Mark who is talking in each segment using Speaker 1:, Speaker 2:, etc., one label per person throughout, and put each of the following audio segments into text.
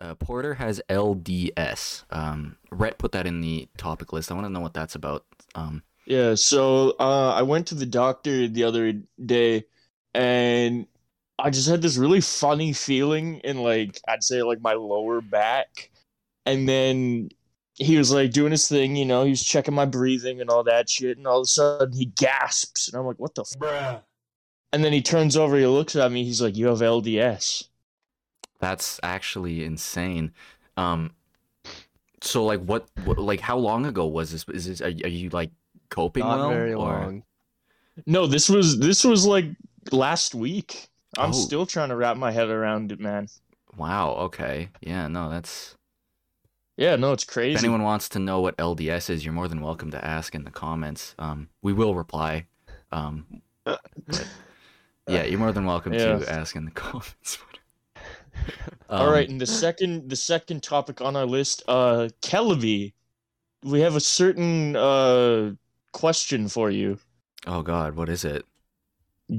Speaker 1: Uh, Porter has LDS. Um, Rhett put that in the topic list. I want to know what that's about. Um,
Speaker 2: Yeah, so uh, I went to the doctor the other day and I just had this really funny feeling in like I'd say like my lower back. And then he was like doing his thing, you know, he was checking my breathing and all that shit, and all of a sudden he gasps and I'm like, what the f-?
Speaker 3: Bruh.
Speaker 2: and then he turns over, he looks at me, he's like, You have LDS.
Speaker 1: that's actually insane. Um, so like, what, what, like, how long ago was this? Is this? Are, you- are you like coping
Speaker 4: Not
Speaker 1: well?
Speaker 4: very
Speaker 1: or-
Speaker 4: long.
Speaker 2: No, this was this was like last week. I'm
Speaker 1: Oh.
Speaker 2: still trying to wrap my head around it, man.
Speaker 1: Wow. Okay. Yeah. No. That's.
Speaker 2: Yeah, no, it's crazy.
Speaker 1: If anyone wants to know what LDS is, you're more than welcome to ask in the comments. Um, we will reply. Um, but- yeah, you're more than welcome
Speaker 2: Yeah.
Speaker 1: to ask in the comments.
Speaker 2: All
Speaker 1: Um,
Speaker 2: right, and the second the second topic on our list, uh Kelby. We have a certain uh question for you.
Speaker 1: Oh God, what is it?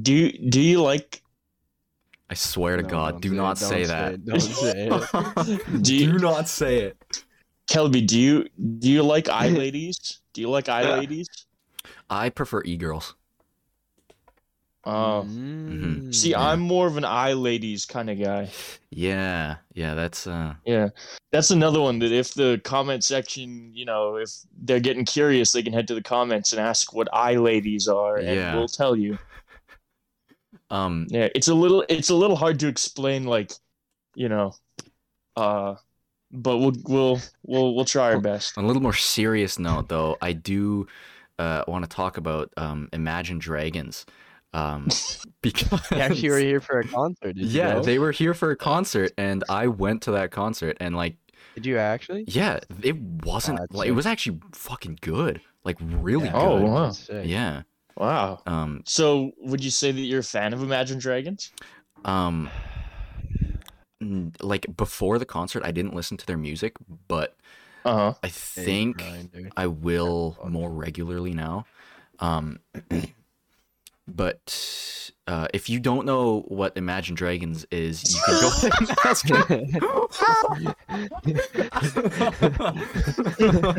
Speaker 2: Do you- do you like
Speaker 1: I swear to
Speaker 4: No,
Speaker 1: God,
Speaker 4: don't
Speaker 1: do
Speaker 4: it,
Speaker 1: not say
Speaker 4: it, don't say it.
Speaker 1: that.
Speaker 2: do you,
Speaker 1: not say it.
Speaker 2: Kelby, do you do you like eye ladies? Do you like eye ladies?
Speaker 1: I prefer e-girls.
Speaker 2: Oh.
Speaker 4: Mm.
Speaker 2: See,
Speaker 1: yeah.
Speaker 2: I'm more of an eye ladies kind of guy.
Speaker 1: Yeah, yeah, that's uh,
Speaker 2: Yeah. That's another one that if the comment section, you know, if they're getting curious, they can head to the comments and ask what eye ladies are
Speaker 1: Yeah.
Speaker 2: and we'll tell you.
Speaker 1: um,
Speaker 2: Yeah, it's a little it's a little hard to explain like, you know, uh but we'll we'll we'll we'll try our best.
Speaker 1: On a little more serious note, though, I do uh, want to talk about um, Imagine Dragons um, because
Speaker 4: They actually were here for a concert. Did you
Speaker 1: yeah,
Speaker 4: know?
Speaker 1: they were here for a concert, and I went to that concert, and like,
Speaker 4: Did you actually?
Speaker 1: yeah, it wasn't like it
Speaker 4: Gotcha.
Speaker 1: was actually fucking good, like really
Speaker 4: Yeah,
Speaker 2: Oh,
Speaker 1: good.
Speaker 2: wow.
Speaker 4: that's sick.
Speaker 1: Yeah.
Speaker 2: Wow.
Speaker 1: Um.
Speaker 2: So, would you say that you're a fan of Imagine Dragons?
Speaker 1: Um. n- Like before the concert, I didn't listen to their music, but
Speaker 2: Uh-huh.
Speaker 1: I
Speaker 4: Hey,
Speaker 1: think
Speaker 4: grinder.
Speaker 1: I will
Speaker 4: fuck.
Speaker 1: more regularly now. Um, but uh, if you don't know what Imagine Dragons is, you can go ahead and ask me.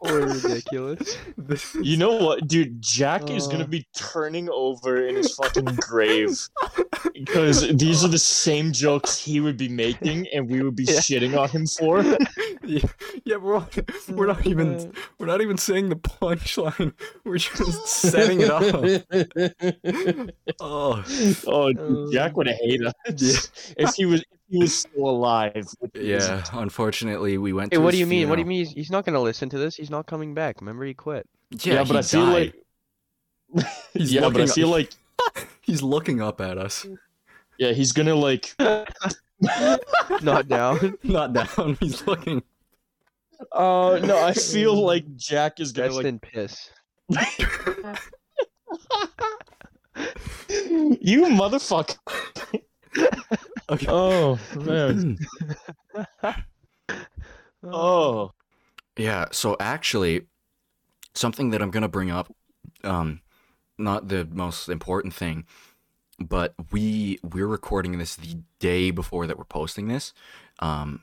Speaker 4: Or ridiculous.
Speaker 2: You know what, dude? Jack is
Speaker 4: Uh.
Speaker 2: gonna be turning over in his fucking grave because these are the same jokes he would be making, and we would be
Speaker 4: Yeah.
Speaker 2: shitting on him for.
Speaker 1: yeah, we're, all- we're not even we're not even saying the punchline. We're just setting it up.
Speaker 2: up.
Speaker 1: Oh,
Speaker 2: oh, dude, Jack would hate us if he was if he was still alive. which he isn't.
Speaker 1: yeah. Unfortunately, we went.
Speaker 4: Hey,
Speaker 1: to
Speaker 4: what do
Speaker 1: his
Speaker 4: you mean? What do you
Speaker 1: funeral.
Speaker 4: mean? He's, he's not gonna listen to this. He's not coming back. Remember, he quit.
Speaker 1: Yeah,
Speaker 2: Yeah, but
Speaker 1: he
Speaker 2: I feel
Speaker 1: died.
Speaker 2: like
Speaker 1: he's
Speaker 2: yeah,
Speaker 1: looking
Speaker 2: but I
Speaker 1: up-
Speaker 2: feel like
Speaker 1: he's looking up at us.
Speaker 2: yeah, he's gonna like.
Speaker 4: Not down.
Speaker 1: Not down. He's looking.
Speaker 2: Oh no, I feel like Jack is gonna
Speaker 4: Rest
Speaker 2: like.
Speaker 4: in piss.
Speaker 2: you motherfucker!
Speaker 1: Okay.
Speaker 2: Oh man! Oh
Speaker 1: Yeah, so actually, something that I'm gonna bring up, um, not the most important thing, but we we're recording this the day before that we're posting this, um,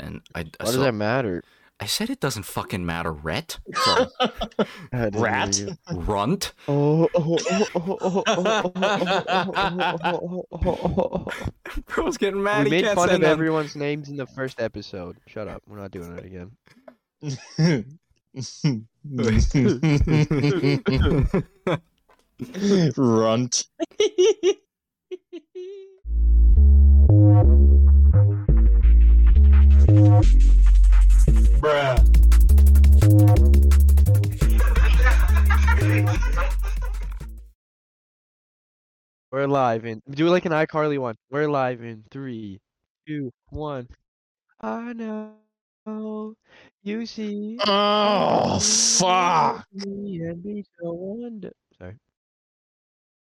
Speaker 1: and I I,
Speaker 4: Why does
Speaker 1: saw-
Speaker 4: that matter?
Speaker 1: I said it doesn't fucking matter, Rhett. Sorry,
Speaker 4: I didn't hear
Speaker 2: rat!
Speaker 4: you.
Speaker 1: runt.
Speaker 4: Oh, oh, oh, oh, oh, oh, oh, oh, oh, oh, oh, oh, oh.
Speaker 1: Bro's getting mad.
Speaker 4: We made fun of everyone's names in the first episode. Shut up. We're not doing it again.
Speaker 2: Runt.
Speaker 3: Bruh.
Speaker 4: We're live in. Do like an iCarly one. We're live in three, two, one. I know you see.
Speaker 2: Oh
Speaker 4: me
Speaker 2: fuck!
Speaker 4: And be so wonder- Sorry.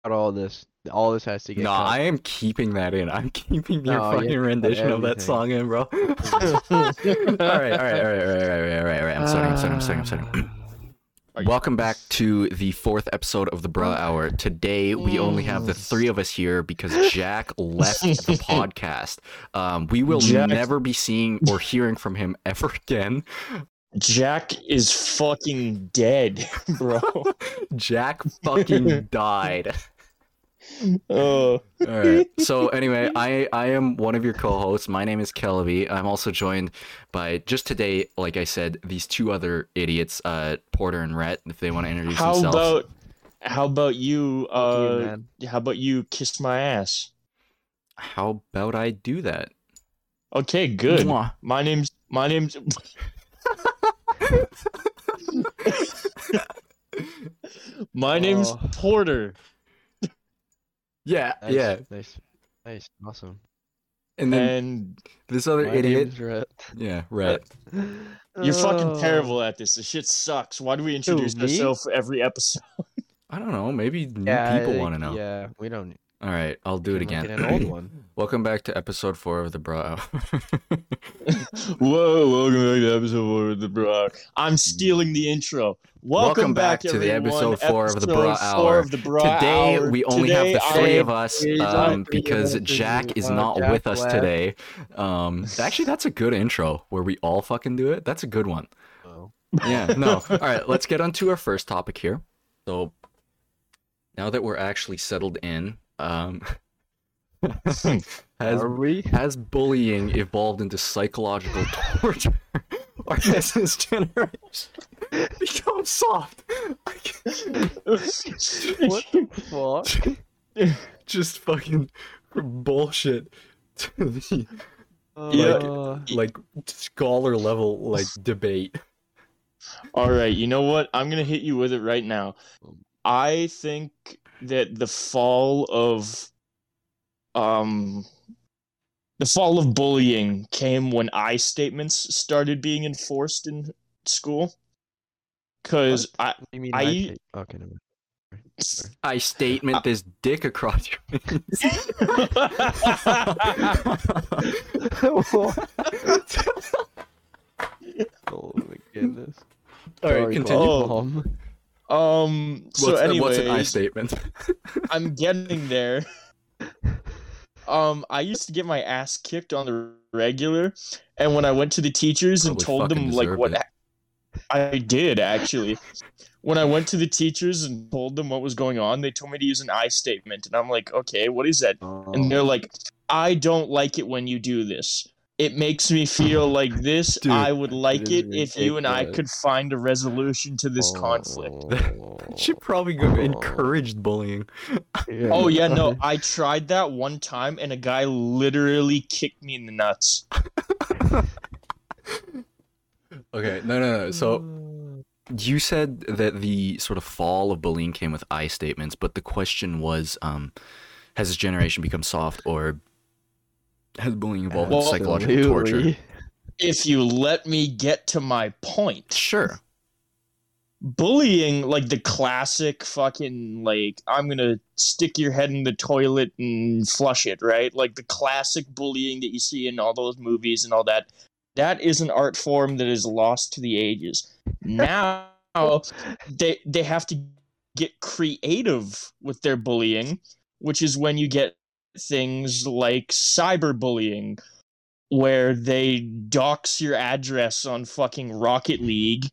Speaker 4: Got all this. All this has to get.
Speaker 1: No,
Speaker 4: cut.
Speaker 1: I am keeping that in. I'm keeping your
Speaker 4: No, you
Speaker 1: fucking
Speaker 4: cut
Speaker 1: rendition of that
Speaker 4: everything.
Speaker 1: song in, bro. all right, all right, all right, all right, all right, all right, all right. I'm sorry, I'm sorry, I'm sorry, I'm sorry.
Speaker 4: Ah.
Speaker 2: Are you-
Speaker 1: Welcome back to the fourth episode of the Bruh Hour. Today we only have the
Speaker 2: Mm.
Speaker 1: three of us here because Jack left the podcast. Um, we will
Speaker 2: Jack-
Speaker 1: never be seeing or hearing from him ever again.
Speaker 2: Jack is fucking dead, bro.
Speaker 1: Jack fucking died.
Speaker 2: Oh,
Speaker 1: All right. So anyway, I I am one of your co-hosts. My name is Kelby. I'm also joined by just today, like I said, these two other idiots, uh, Porter and Rhett, if they want to introduce
Speaker 2: how
Speaker 1: themselves.
Speaker 2: about how about you?
Speaker 4: Fuck you,
Speaker 2: Uh,
Speaker 4: man.
Speaker 2: how about you kiss my ass?
Speaker 1: how about I do that?
Speaker 2: Okay, good.
Speaker 1: Mwah.
Speaker 2: My name's my name's my name's
Speaker 4: Oh.
Speaker 2: Porter.
Speaker 1: Yeah,
Speaker 4: Nice,
Speaker 1: yeah.
Speaker 4: Nice. Nice. Awesome.
Speaker 1: And then
Speaker 2: And
Speaker 1: this other
Speaker 4: My
Speaker 1: idiot.
Speaker 4: name's Rhett.
Speaker 1: Yeah, right.
Speaker 2: you're fucking
Speaker 4: Oh.
Speaker 2: terrible at this. This shit sucks. Why do we introduce
Speaker 4: me?
Speaker 2: ourselves every episode?
Speaker 1: I don't know. Maybe new
Speaker 4: Yeah, I
Speaker 1: people
Speaker 4: think-
Speaker 1: want to know.
Speaker 4: Yeah, we don't.
Speaker 1: All right, I'll do it
Speaker 4: we can
Speaker 1: again.
Speaker 4: look at An old one.
Speaker 1: Welcome back to episode four of the Bro Hour.
Speaker 2: Whoa, welcome back to episode four of the Bra. I'm stealing the intro. Welcome,
Speaker 1: Welcome back to the
Speaker 2: everyone,
Speaker 1: episode four of the
Speaker 2: episode
Speaker 1: Bra
Speaker 2: four
Speaker 1: Hour.
Speaker 2: of the Bra
Speaker 1: Today
Speaker 2: Hour.
Speaker 1: we only
Speaker 2: Today
Speaker 1: have the three
Speaker 2: I-
Speaker 1: of us
Speaker 4: Three of
Speaker 1: um,
Speaker 4: us, three of
Speaker 1: because
Speaker 4: us,
Speaker 1: Jack is
Speaker 4: uh,
Speaker 1: not
Speaker 4: Jack
Speaker 1: with us
Speaker 4: left.
Speaker 1: today. Um, actually, that's a good intro where we all fucking do it. That's a good one.
Speaker 4: Oh.
Speaker 1: Yeah. No. all right. Let's get on to our first topic here. So now that we're actually settled in, um, has
Speaker 4: Are we?
Speaker 1: has bullying evolved into psychological torture? Or has this generation become soft? I can't-
Speaker 4: What the fuck?
Speaker 1: just fucking bullshit to the
Speaker 2: Yeah.
Speaker 4: Uh,
Speaker 1: like scholar level like debate.
Speaker 2: All right, you know what? I'm gonna hit you with it right now. I think that the fall of, um, the fall of bullying came when I statements started being enforced in school. Cause I
Speaker 4: you mean
Speaker 2: I-
Speaker 4: I take- okay, never mind.
Speaker 1: I statement this dick across your face.
Speaker 4: oh my goodness.
Speaker 1: All right,
Speaker 4: Sorry,
Speaker 1: continue.
Speaker 2: Oh,
Speaker 4: Mom.
Speaker 2: um. So
Speaker 1: What's, uh,
Speaker 2: anyway,
Speaker 1: what's an I statement?
Speaker 2: I'm getting there. Um, I used to get my ass kicked on the regular, and when I went to the teachers and
Speaker 1: Probably
Speaker 2: told them
Speaker 1: fucking
Speaker 2: like
Speaker 1: deserved
Speaker 2: what
Speaker 1: it.
Speaker 2: I did actually, when I went to the teachers and told them what was going on, they told me to use an I statement, and I'm like, okay, what is that?
Speaker 1: Oh.
Speaker 2: And
Speaker 4: Oh.
Speaker 2: they're like, I don't like it when you do this. It makes me feel like this.
Speaker 1: Dude,
Speaker 2: I would like it
Speaker 4: is
Speaker 2: if you and I
Speaker 4: ridiculous.
Speaker 2: could find a resolution to this
Speaker 1: Oh.
Speaker 2: conflict.
Speaker 1: Should probably go encouraged bullying.
Speaker 2: Oh yeah, no, I tried that one time and a guy literally kicked me in the nuts.
Speaker 1: Okay, no, no, no. So you said that the sort of fall of bullying came with I statements, but the question was, um, has this generation become soft, or has bullying evolved into psychological torture?
Speaker 2: If you let me get to my point.
Speaker 1: Sure.
Speaker 2: Bullying like the classic fucking like I'm going to stick your head in the toilet and flush it, right? Like the classic bullying that you see in all those movies and all that. That is an art form that is lost to the ages. Now
Speaker 4: Oh.
Speaker 2: they they have to get creative with their bullying, which is when you get things like cyberbullying, where they dox your address on fucking Rocket League,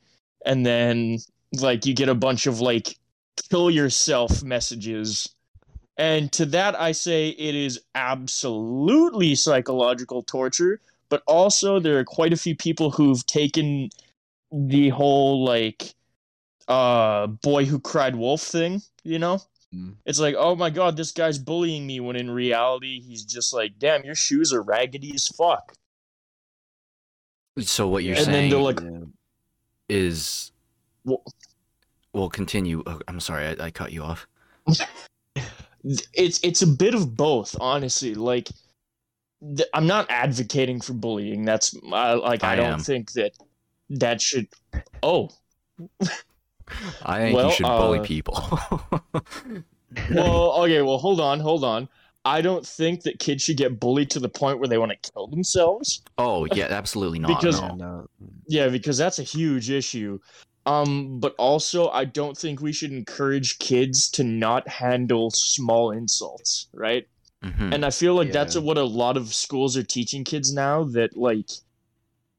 Speaker 2: and then like you get a bunch of like kill yourself messages. And to that I say it is absolutely psychological torture, but also there are quite a few people who've taken the whole like uh boy who cried wolf thing, you know?
Speaker 4: Mm.
Speaker 2: It's like, oh my god, this guy's bullying me when in reality he's just like, damn, your shoes are raggedy as fuck.
Speaker 1: So what you're
Speaker 2: And then
Speaker 1: saying
Speaker 2: they're like
Speaker 1: is,
Speaker 2: Well-
Speaker 1: well, continue. Oh, I'm sorry, I, I cut you off.
Speaker 2: it's it's a bit of both, honestly. Like th- I'm not advocating for bullying. That's I, like I,
Speaker 1: I
Speaker 2: don't
Speaker 1: am.
Speaker 2: think that that should Oh,
Speaker 1: I think
Speaker 2: Well,
Speaker 1: you should bully
Speaker 2: uh,
Speaker 1: people.
Speaker 2: well, okay, well, hold on, hold on. I don't think that kids should get bullied to the point where they want to kill themselves.
Speaker 1: oh yeah, absolutely not.
Speaker 2: Because-
Speaker 1: no.
Speaker 2: Yeah, because that's a huge issue. Um, but also, I don't think we should encourage kids to not handle small insults, right?
Speaker 1: Mhm.
Speaker 2: And I feel like that's
Speaker 4: Yeah.
Speaker 2: what a lot of schools are teaching kids now that like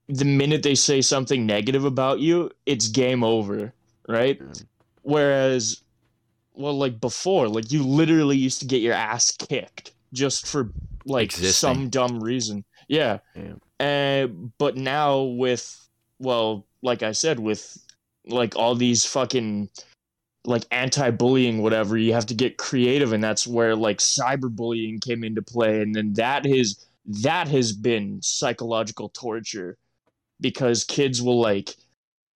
Speaker 2: the minute they say something negative about you, it's game over, right?
Speaker 4: Yeah.
Speaker 2: Whereas well like before, like you literally used to get your ass kicked just for like
Speaker 1: Existing.
Speaker 2: some dumb reason. Yeah.
Speaker 4: Yeah.
Speaker 2: Uh, but now with well, like I said with like all these fucking like anti-bullying whatever you have to get creative and that's where like cyberbullying came into play and then that is that has been psychological torture because kids will like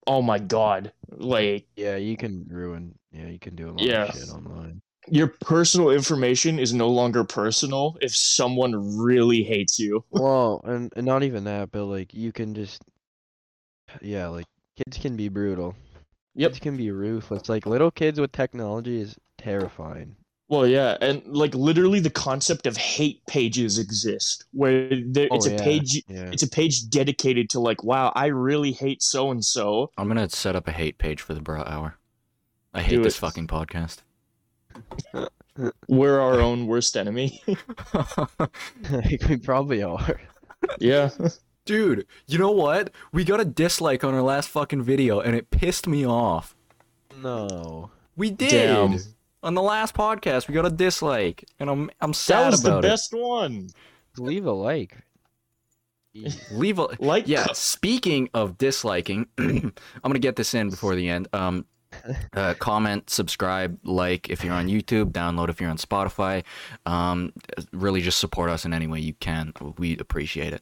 Speaker 2: oh my god like
Speaker 4: Yeah, you can ruin. Yeah, you can do a lot
Speaker 2: Yeah.
Speaker 4: of shit online.
Speaker 2: your personal information is no longer personal if someone really hates you
Speaker 4: Well, and, and not even that, but like you can just. Yeah, like kids can be brutal.
Speaker 2: Yep.
Speaker 4: Kids can be ruthless. Like little kids with technology is terrifying.
Speaker 2: well yeah and like literally the concept of hate pages exist where there, it's
Speaker 4: Oh,
Speaker 2: a
Speaker 4: yeah,
Speaker 2: page
Speaker 4: Yeah.
Speaker 2: it's a page dedicated to like wow i really hate so and so
Speaker 1: I'm gonna set up a hate page for the Bra Hour. I hate
Speaker 2: Do
Speaker 1: this
Speaker 2: it.
Speaker 1: fucking podcast.
Speaker 2: we're our own worst enemy.
Speaker 4: like we probably are.
Speaker 2: yeah.
Speaker 1: Dude, you know what? We got a dislike on our last fucking video, and it pissed me off.
Speaker 4: No.
Speaker 1: We did
Speaker 2: Damn.
Speaker 1: on the last podcast. We got a dislike, and I'm I'm sad
Speaker 2: That was the
Speaker 1: about
Speaker 2: best one.
Speaker 4: Leave a like. Jeez.
Speaker 1: it. Leave a
Speaker 2: Like
Speaker 1: yeah. Speaking of disliking, I'm gonna get this in before the end. Um, uh, comment, subscribe, like if you're on YouTube, download if you're on Spotify. Um, really just support us in any way you can. We appreciate it.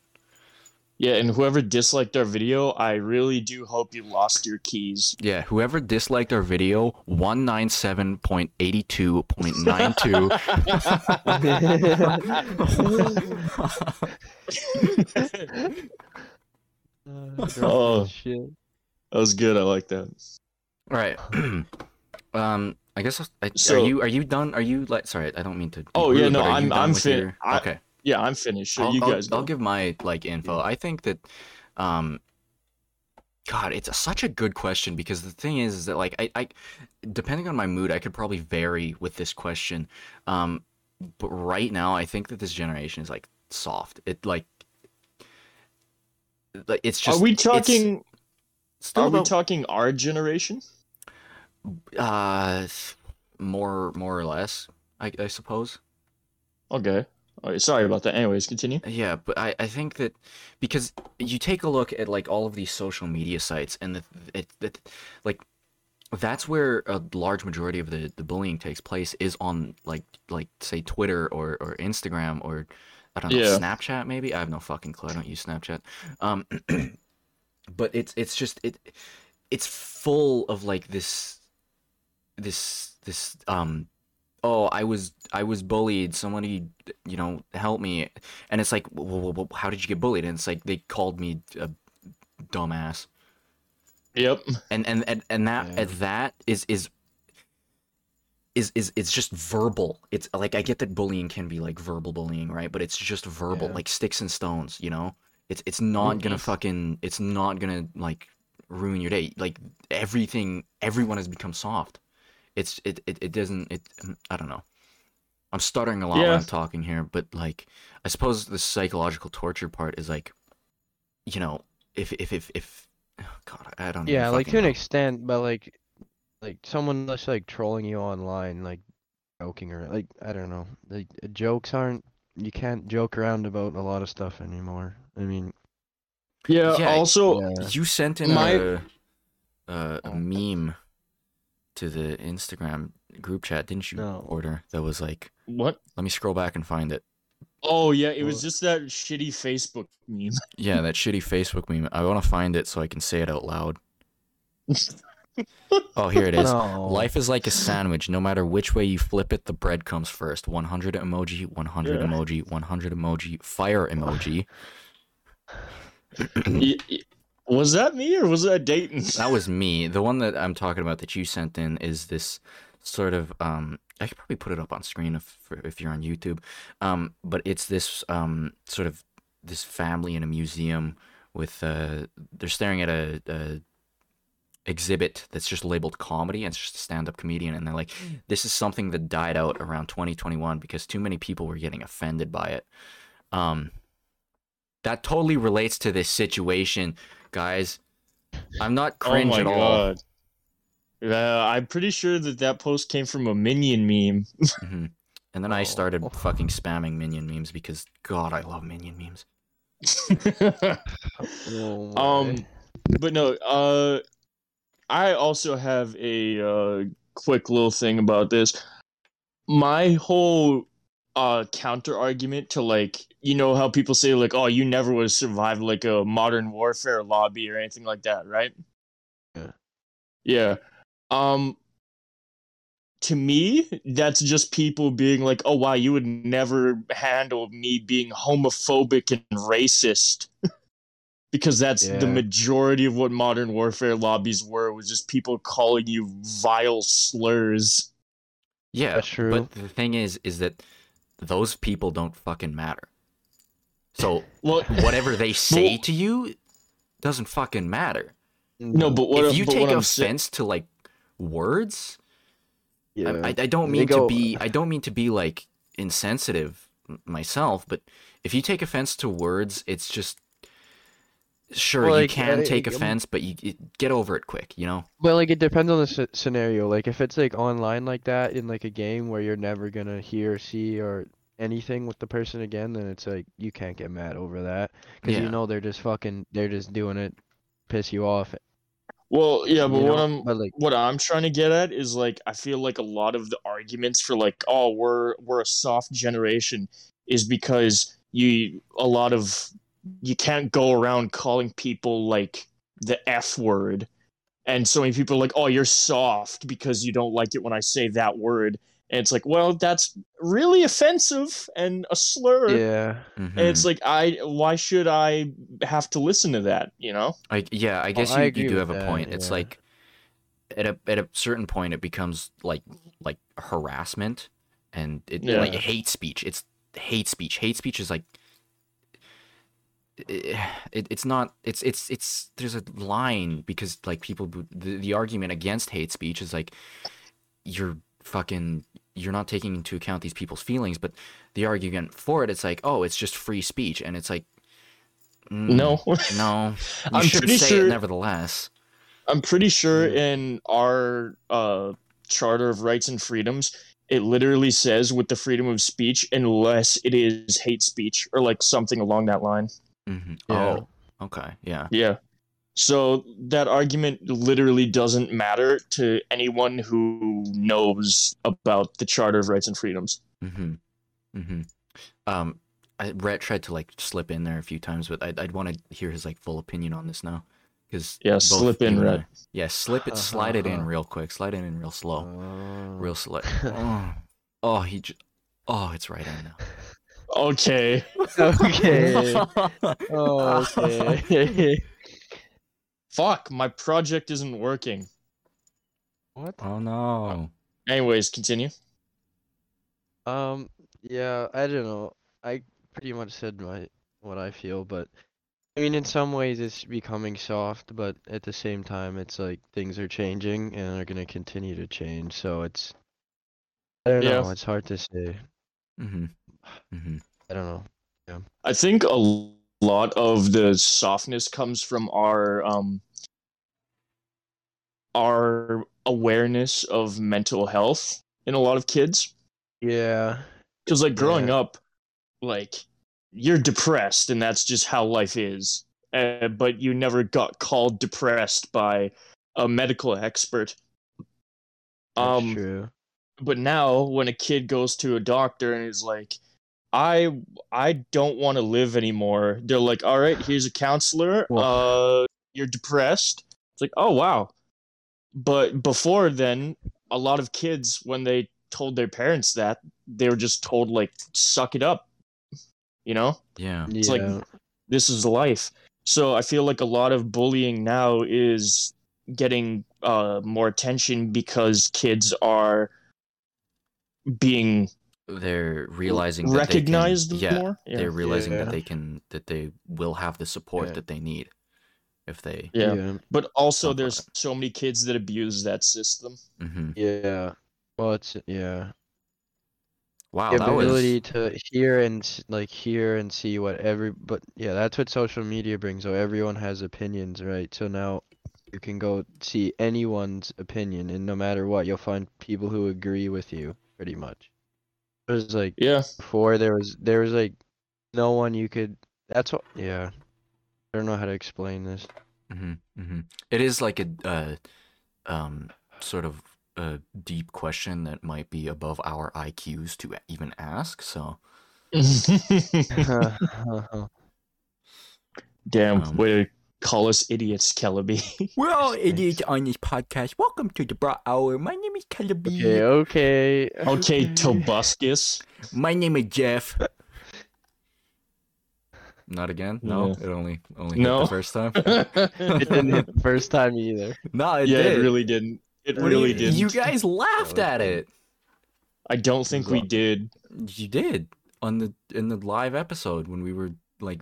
Speaker 2: Yeah, and whoever disliked our video, I really do hope you lost your keys.
Speaker 1: Yeah, whoever disliked our video, 197.82.92.
Speaker 4: Uh,
Speaker 2: Oh.
Speaker 4: shit.
Speaker 2: That was good. I like that.
Speaker 1: All right. um, I guess I, are
Speaker 2: So-
Speaker 1: you are you done? Are you like sorry? I don't mean to. be
Speaker 2: Oh, yeah,
Speaker 1: rude,
Speaker 2: no,
Speaker 1: but are you
Speaker 2: I'm-
Speaker 1: done
Speaker 2: I'm
Speaker 1: with
Speaker 2: fin-
Speaker 1: your-
Speaker 2: I-
Speaker 1: okay,
Speaker 2: Yeah, I'm finished. So
Speaker 1: I'll,
Speaker 2: you
Speaker 1: I'll-
Speaker 2: guys,
Speaker 1: I'll
Speaker 2: go.
Speaker 1: give my like info. I think that, um, God, it's a, such a good question because the thing is, is that like I, I, depending on my mood, I could probably vary with this question. Um, but right now, I think that this generation is like soft. It like, like it's just.
Speaker 2: are we
Speaker 1: it's
Speaker 2: talking?
Speaker 1: still
Speaker 2: Are we
Speaker 1: about-
Speaker 2: talking our generation?
Speaker 1: Uh, more more or less, I, I suppose.
Speaker 2: Okay. All right, sorry about that. Anyways, continue.
Speaker 1: Yeah, but I, I think that because you take a look at like all of these social media sites and the, it, it like that's where a large majority of the, the bullying takes place is on like like say Twitter or, or Instagram or I don't know
Speaker 2: Yeah.
Speaker 1: Snapchat maybe I have no fucking clue I don't use Snapchat um but it's it's just it it's full of like this this this um oh I was I was bullied somebody you know help me and it's like well, how did you get bullied and it's like they called me a dumbass
Speaker 2: Yep.
Speaker 1: and and and, and that
Speaker 4: Yeah.
Speaker 1: and that is is is is it's just verbal it's like i get that bullying can be like verbal bullying right but it's just verbal
Speaker 4: Yeah.
Speaker 1: like sticks and stones you know it's it's not gonna
Speaker 2: Mhm.
Speaker 1: fucking it's not gonna like ruin your day like everything everyone has become soft it's it it, it doesn't it i don't know i'm stuttering a lot
Speaker 2: Yeah.
Speaker 1: when i'm talking here but like i suppose the psychological torture part is like you know if if if if oh god i don't even
Speaker 4: Yeah, like to
Speaker 1: fucking
Speaker 4: an
Speaker 1: know.
Speaker 4: extent, but like, like someone that's like trolling you online, like joking or like I don't know, like uh, jokes aren't. You can't joke around about a lot of stuff anymore. I mean,
Speaker 2: Yeah.
Speaker 1: Yeah,
Speaker 2: also,
Speaker 4: yeah.
Speaker 1: You sent in
Speaker 2: My-
Speaker 1: a, a, a
Speaker 4: Oh.
Speaker 1: meme to the Instagram group chat, didn't you?
Speaker 4: No.
Speaker 1: Order that was like,
Speaker 2: what?
Speaker 1: let me scroll back and find it.
Speaker 2: Oh yeah, it was
Speaker 4: What?
Speaker 2: just that shitty Facebook meme.
Speaker 1: Yeah, that shitty Facebook meme. I want to find it so I can say it out loud. Oh, here it is.
Speaker 4: no.
Speaker 1: Life is like a sandwich. No matter which way you flip it, the bread comes first. 100 emoji, 100
Speaker 2: Yeah.
Speaker 1: emoji, 100 emoji, fire emoji.
Speaker 2: Y- y- was that me or was that Dayton?
Speaker 1: that was me. The one that I'm talking about that you sent in is this sort of um I could probably put it up on screen if for- if you're on YouTube. Um but it's this um sort of this family in a museum with uh they're staring at a, a exhibit that's just labeled comedy and it's just a stand-up comedian and they're like this is something that died out around 2021 because too many people were getting offended by it um that totally relates to this situation guys i'm not
Speaker 4: Oh
Speaker 2: Oh
Speaker 1: cringe at all
Speaker 2: Uh, I'm pretty sure that that post came from a minion meme.
Speaker 1: hmm and then i started
Speaker 4: Oh.
Speaker 1: fucking spamming minion memes because god i love minion memes
Speaker 4: No
Speaker 2: Um,
Speaker 4: way.
Speaker 2: but no, uh, I also have a uh, quick little thing about this. My whole uh, counter argument to like, you know how people say like, oh, you never would have survived like a modern warfare lobby or anything like that, right?
Speaker 4: Yeah.
Speaker 2: Yeah. Um. To me, that's just people being like, "Oh wow, you would never handle me being homophobic and racist." because that's
Speaker 4: Yeah.
Speaker 2: the majority of what modern warfare lobbies were was just people calling you vile slurs
Speaker 1: yeah
Speaker 4: That's true.
Speaker 1: but the thing is is that those people don't fucking matter so
Speaker 2: well
Speaker 1: whatever they say
Speaker 2: Well-
Speaker 1: to you doesn't fucking matter
Speaker 2: no but what
Speaker 1: if you
Speaker 2: but
Speaker 1: take
Speaker 2: what I'm saying-
Speaker 1: offense to like words I-
Speaker 4: yeah.
Speaker 1: I, I don't
Speaker 4: They
Speaker 1: mean to
Speaker 4: go-
Speaker 1: be i don't mean to be like insensitive m- myself but if you take offense to words it's just sure
Speaker 4: Well,
Speaker 1: you
Speaker 4: like,
Speaker 1: can
Speaker 4: I-
Speaker 1: take
Speaker 4: I'm-
Speaker 1: offense but you it, get over it quick you know
Speaker 4: Well, like it depends on the sce- scenario. Like if it's like online like that in like a game where you're never gonna hear, or see, or anything with the person again, then it's like you can't get mad over that because
Speaker 1: Yeah.
Speaker 4: you know they're just fucking, they're just doing it, piss you off.
Speaker 2: well yeah but
Speaker 4: you
Speaker 2: what
Speaker 4: know?
Speaker 2: I'm
Speaker 4: But like,
Speaker 2: what I'm trying to get at is like I feel like a lot of the arguments for like oh we're we're a soft generation is because you a lot of you can't go around calling people like the F word. And so many people are like, oh, you're soft because you don't like it when I say that word. And it's like, well, that's really offensive and a slur.
Speaker 4: yeah,
Speaker 1: Mm-hmm.
Speaker 4: Mm-hmm.
Speaker 2: And it's like, I why should I have to listen to that? You know?
Speaker 1: Like yeah, I guess
Speaker 4: Oh, I
Speaker 1: you,
Speaker 4: agree
Speaker 1: you do
Speaker 4: with
Speaker 1: have a
Speaker 4: that,
Speaker 1: point. It's
Speaker 4: yeah.
Speaker 1: like at a at a certain point it becomes like like harassment and it like
Speaker 2: Yeah.
Speaker 1: hate speech. It's hate speech. Hate speech is like eh, it, it's not it's it's it's there's a line because like people b- the, the argument against hate speech is like you're fucking you're not taking into account these people's feelings but the argument for it it's like oh it's just free speech and it's like
Speaker 4: Mm-hmm.
Speaker 1: mm,
Speaker 2: No.
Speaker 1: no you
Speaker 2: I'm
Speaker 1: should
Speaker 2: pretty
Speaker 1: say
Speaker 2: sure-
Speaker 1: it nevertheless
Speaker 2: I'm pretty sure
Speaker 4: Mm.
Speaker 2: in our uh, Charter of Rights and Freedoms, it literally says with the freedom of speech, unless it is hate speech or like something along that line.
Speaker 1: Mm-hmm.
Speaker 4: Yeah.
Speaker 1: Oh, okay, yeah.
Speaker 2: Yeah. So that argument literally doesn't matter to anyone who knows about the Charter of Rights and Freedoms.
Speaker 1: Mm-hmm. Mm-hmm. Um, I, Brett tried to like slip in there a few times, but I'd, I'd want to hear his like full opinion on this now, because
Speaker 2: Yeah, slip in, Brett.
Speaker 1: Yeah, slip it, slide it in real quick, slide it in real slow,
Speaker 4: Uh,
Speaker 1: real slow. oh, oh, he, j- oh, it's right in
Speaker 2: Okay.
Speaker 4: okay,
Speaker 1: now.
Speaker 4: Oh, okay.
Speaker 2: Fuck, my project isn't working.
Speaker 4: what?
Speaker 1: oh
Speaker 4: Uh,
Speaker 1: no.
Speaker 2: Anyways, continue.
Speaker 4: Um, yeah, I don't know. I pretty much said my what I feel, but I mean, in some ways it's becoming soft, but at the same time, it's like things are changing and are gonna continue to change, so it's I don't
Speaker 2: Yeah.
Speaker 4: know, it's hard to say.
Speaker 1: Mm-hmm. Mm-hmm.
Speaker 4: I don't know.
Speaker 2: I think a lot of the softness comes from our um our awareness of mental health in a lot of kids
Speaker 4: Yeah.
Speaker 2: cuz like growing
Speaker 4: Yeah.
Speaker 2: up like you're depressed and that's just how life is uh, but you never got called depressed by a medical expert
Speaker 4: That's
Speaker 2: um
Speaker 4: true.
Speaker 2: but now when a kid goes to a doctor and is like i i don't want to live anymore they're like all right here's a counselor uh you're depressed it's like oh wow but before then a lot of kids when they told their parents that they were just told like suck it up you know
Speaker 1: Yeah.
Speaker 4: It's
Speaker 2: like-
Speaker 4: yeah.
Speaker 2: this is life. So I feel like a lot of bullying now is getting uh, more attention because kids are being
Speaker 1: They're realizing that they can-
Speaker 2: recognized
Speaker 1: yeah,
Speaker 2: more. Yeah.
Speaker 1: they're realizing
Speaker 4: Yeah.
Speaker 1: that they can that they will have the support
Speaker 4: Yeah.
Speaker 1: that they need if they.
Speaker 2: Yeah.
Speaker 4: yeah.
Speaker 2: But also, there's so many kids that abuse that system.
Speaker 1: hmm
Speaker 4: Yeah. Well, it's yeah.
Speaker 1: Wow,
Speaker 4: You have
Speaker 1: that
Speaker 4: the
Speaker 1: was
Speaker 4: ability to hear and s- like hear and see what every but yeah, that's what social media brings. So everyone has opinions, right? So now you can go see anyone's opinion, and no matter what, you'll find people who agree with you pretty much. It was like
Speaker 2: Yeah.
Speaker 4: before there was there was like no one you could. That's what yeah. I don't know how to explain this.
Speaker 1: hmm hmm It is like a uh, um, sort of a deep question that might be above our IQs to a- even ask. So
Speaker 2: Damn,
Speaker 1: Um,
Speaker 2: way to call us idiots, Kelby.
Speaker 1: we're all
Speaker 4: Thanks. idiots
Speaker 1: on this podcast. Welcome to the Bra Hour. My name is Kelby.
Speaker 4: okay, okay.
Speaker 2: okay, Tobuscus.
Speaker 1: My name is Jeff. Not again? No,
Speaker 2: No.
Speaker 1: it only only
Speaker 2: No.
Speaker 1: hit the first time.
Speaker 2: it
Speaker 4: It didn't hit the first time either.
Speaker 1: no, it
Speaker 2: yeah,
Speaker 1: did.
Speaker 2: it really didn't. It
Speaker 1: What do
Speaker 2: really
Speaker 1: you,
Speaker 2: didn't.
Speaker 1: You guys laughed
Speaker 4: No, it
Speaker 1: at it.
Speaker 2: I don't think we did.
Speaker 1: You did on the in the live episode when we were like,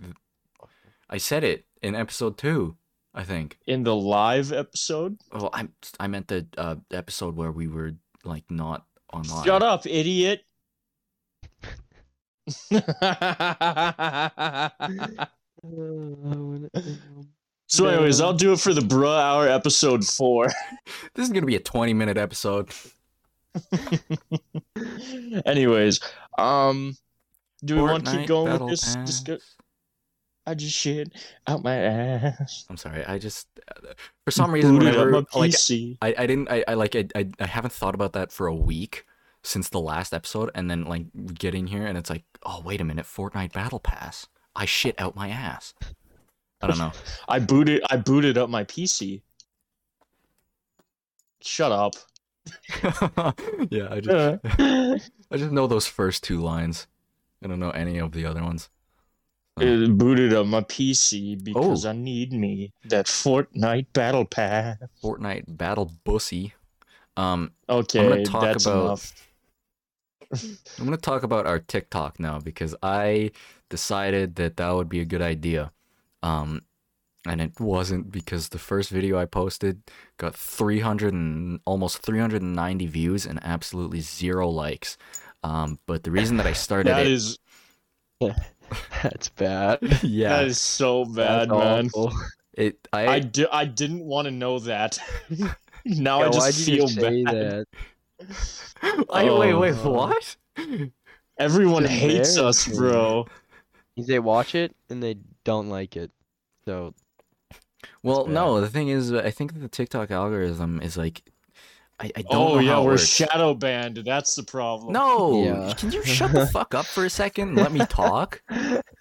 Speaker 1: I said it in episode two, I think.
Speaker 2: In the live episode?
Speaker 1: Oh, I I meant the uh, episode where we were like not online.
Speaker 2: Shut up, idiot. so, anyways, I'll do it for the Bruh Hour episode four.
Speaker 1: This is gonna be a twenty minute episode.
Speaker 2: Anyways, um, do we want to
Speaker 1: Fortnite
Speaker 2: keep going
Speaker 1: Battle
Speaker 2: with this?
Speaker 1: Pass.
Speaker 2: Discu- I just shit out my ass.
Speaker 1: I'm sorry. I just uh, for some reason
Speaker 2: Booted up
Speaker 1: whenever
Speaker 2: my
Speaker 1: like
Speaker 2: PC.
Speaker 1: I, I didn't I, I like I, I I haven't thought about that for a week since the last episode, and then like we get in here and it's like, oh wait a minute, Fortnite Battle Pass. I shit out my ass. I don't know.
Speaker 2: I booted. I booted up my PC. Shut up.
Speaker 1: yeah, I just
Speaker 2: Uh,
Speaker 1: I just know those first two lines. I don't know any of the other ones.
Speaker 2: it booted up my PC because
Speaker 1: Oh.
Speaker 2: I need me that Fortnite battle pass.
Speaker 1: Fortnite Battle Bussy. Um,
Speaker 2: Okay,
Speaker 1: talk
Speaker 2: that's
Speaker 1: about-
Speaker 2: enough.
Speaker 1: I'm gonna talk about our TikTok now because I decided that that would be a good idea, um, and it wasn't because the first video I posted got 300 and almost 390 views and absolutely zero likes. Um, but the reason that I started
Speaker 2: That
Speaker 1: it,
Speaker 2: is
Speaker 4: That's bad.
Speaker 1: yeah,
Speaker 2: that is so bad,
Speaker 4: That's
Speaker 2: man.
Speaker 4: awful.
Speaker 1: it I,
Speaker 2: I, di- I didn't want to know that. now I
Speaker 4: Yeah,
Speaker 2: just
Speaker 4: why'd you
Speaker 2: feel
Speaker 4: just
Speaker 2: bad.
Speaker 4: say that?
Speaker 1: I- wait
Speaker 2: Oh.
Speaker 1: wait what?
Speaker 2: Everyone
Speaker 4: It's
Speaker 2: hates us,
Speaker 4: embarrassing.
Speaker 2: bro.
Speaker 4: They watch it and they don't like it. So
Speaker 1: Well,
Speaker 4: bad.
Speaker 1: no, the thing is, I think that the TikTok algorithm is like, I, I don't know
Speaker 2: Oh yeah,
Speaker 1: how it
Speaker 2: we're
Speaker 1: works.
Speaker 2: shadow banned. That's the problem.
Speaker 1: No,
Speaker 4: Yeah.
Speaker 1: can you shut the fuck up for a second and let me talk?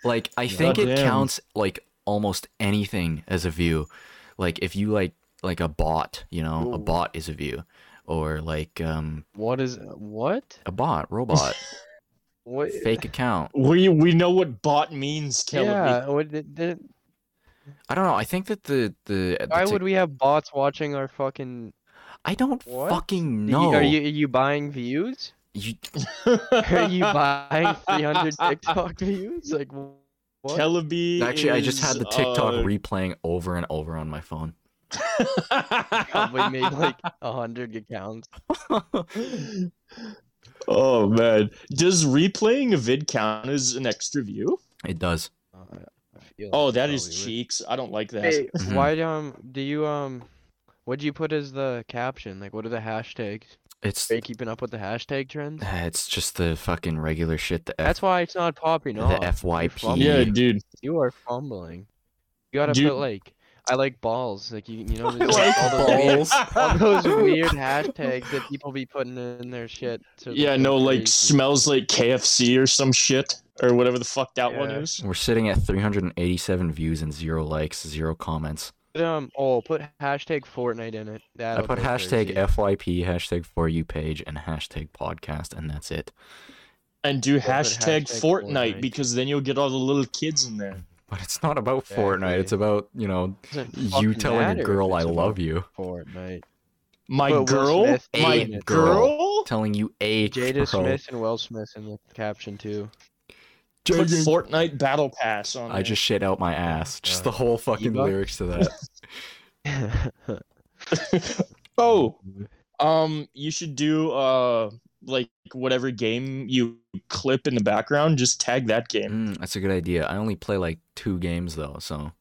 Speaker 1: Like, I think it
Speaker 2: Goddamn.
Speaker 1: counts like almost anything as a view. Like, if you like like a bot, you know, a
Speaker 4: Ooh.
Speaker 1: bot is a view, or like um
Speaker 4: what is what?
Speaker 1: a bot, robot,
Speaker 4: What?
Speaker 1: fake account.
Speaker 2: we we know what bot means, Kelly.
Speaker 4: yeah. What, did- did-
Speaker 1: I don't know. I think that the the, the
Speaker 4: why
Speaker 1: tic-
Speaker 4: would we have bots watching our fucking?
Speaker 1: I don't
Speaker 4: What?
Speaker 1: fucking
Speaker 4: Y-
Speaker 1: know.
Speaker 4: Are you are you buying views?
Speaker 1: You-
Speaker 4: Are you buying 300 TikTok views? Like wh- what?
Speaker 2: Kelby
Speaker 1: Actually, I just had
Speaker 2: is,
Speaker 1: the TikTok
Speaker 2: uh,
Speaker 1: replaying over and over on my phone.
Speaker 4: Probably made like a hundred accounts.
Speaker 2: oh man, does replaying a vid count as an extra view?
Speaker 1: It does.
Speaker 4: Uh, I feel
Speaker 2: Oh,
Speaker 4: like
Speaker 2: that is
Speaker 4: probably would.
Speaker 2: cheeks. I don't like that.
Speaker 4: Hey,
Speaker 1: Mhm.
Speaker 4: why um do you um what'd you put as the caption? Like what are the hashtags?
Speaker 1: It's
Speaker 4: Are you keeping up with the hashtag trends?
Speaker 1: Uh, It's just the fucking regular shit. The F,
Speaker 4: That's why it's not popping
Speaker 1: the
Speaker 4: off. You're
Speaker 1: FYP.
Speaker 4: fumbling.
Speaker 2: yeah, dude.
Speaker 4: You are fumbling. You gotta
Speaker 2: Dude.
Speaker 4: put like I like balls. Like you you know
Speaker 1: I
Speaker 4: there's
Speaker 1: like
Speaker 4: all those weird,
Speaker 1: balls.
Speaker 4: all those weird hashtags that people be putting in their shit. to
Speaker 2: Yeah,
Speaker 4: look
Speaker 2: no, like
Speaker 4: crazy.
Speaker 2: smells like KFC or some shit or whatever the fuck that one
Speaker 4: Yeah.
Speaker 2: is.
Speaker 1: We're sitting at 387 views and zero likes, zero comments.
Speaker 4: Put, um oh put hashtag Fortnite in it. That
Speaker 1: I put hashtag FYP, hashtag for you page, and hashtag podcast, and that's it.
Speaker 2: And do
Speaker 4: but
Speaker 2: hashtag,
Speaker 4: hashtag
Speaker 2: Fortnite,
Speaker 4: Fortnite.
Speaker 2: because then you'll get all the little kids in there.
Speaker 1: But it's not about Fortnite.
Speaker 4: Exactly.
Speaker 1: It's about you know you telling a girl I love you,
Speaker 4: Fortnite.
Speaker 2: My
Speaker 4: But Will
Speaker 2: girl,
Speaker 4: Smith
Speaker 2: my
Speaker 1: ain't a girl.
Speaker 2: girl.
Speaker 1: telling you a
Speaker 4: Jada
Speaker 1: girl.
Speaker 4: Smith and Will Smith in the caption too.
Speaker 2: Put
Speaker 1: Jaden-
Speaker 2: Fortnite Battle Pass on.
Speaker 1: I
Speaker 2: there.
Speaker 1: just shit out my ass. Just
Speaker 4: Yeah.
Speaker 1: the whole fucking
Speaker 4: E-buck?
Speaker 1: lyrics to that.
Speaker 2: oh, um, you should do uh like whatever game you clip in the background, just tag that game.
Speaker 1: Mm, that's a good idea. I only play like two games though, so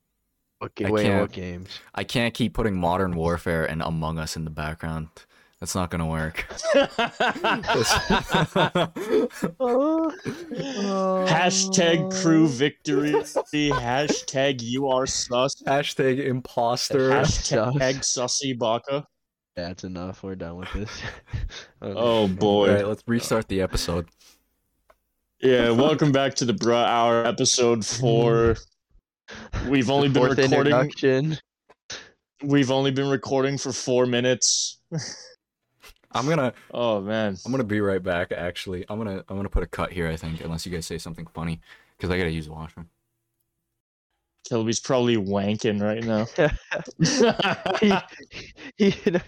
Speaker 4: Okay,
Speaker 1: I
Speaker 4: wait,
Speaker 1: can't-
Speaker 4: what games?
Speaker 1: I can't keep putting Modern Warfare and Among Us in the background. That's not gonna work.
Speaker 2: hashtag crew victory. hashtag you are sus.
Speaker 1: Hashtag imposter.
Speaker 2: Hashtag sussy baka.
Speaker 4: That's enough. We're done with this. Okay.
Speaker 2: Oh
Speaker 1: All
Speaker 2: boy.
Speaker 1: right, let's restart the episode.
Speaker 2: Yeah, welcome back to the Bruh Hour episode four. We've only been
Speaker 4: Mm. Fourth
Speaker 2: recording
Speaker 4: introduction.
Speaker 2: we've only been recording for four minutes.
Speaker 1: I'm gonna
Speaker 2: Oh man.
Speaker 1: I'm gonna be right back. Actually, I'm gonna I'm gonna put a cut here. I think unless you guys say something funny, because I gotta use the washroom.
Speaker 2: Kelby's probably wanking right now.
Speaker 4: he, he,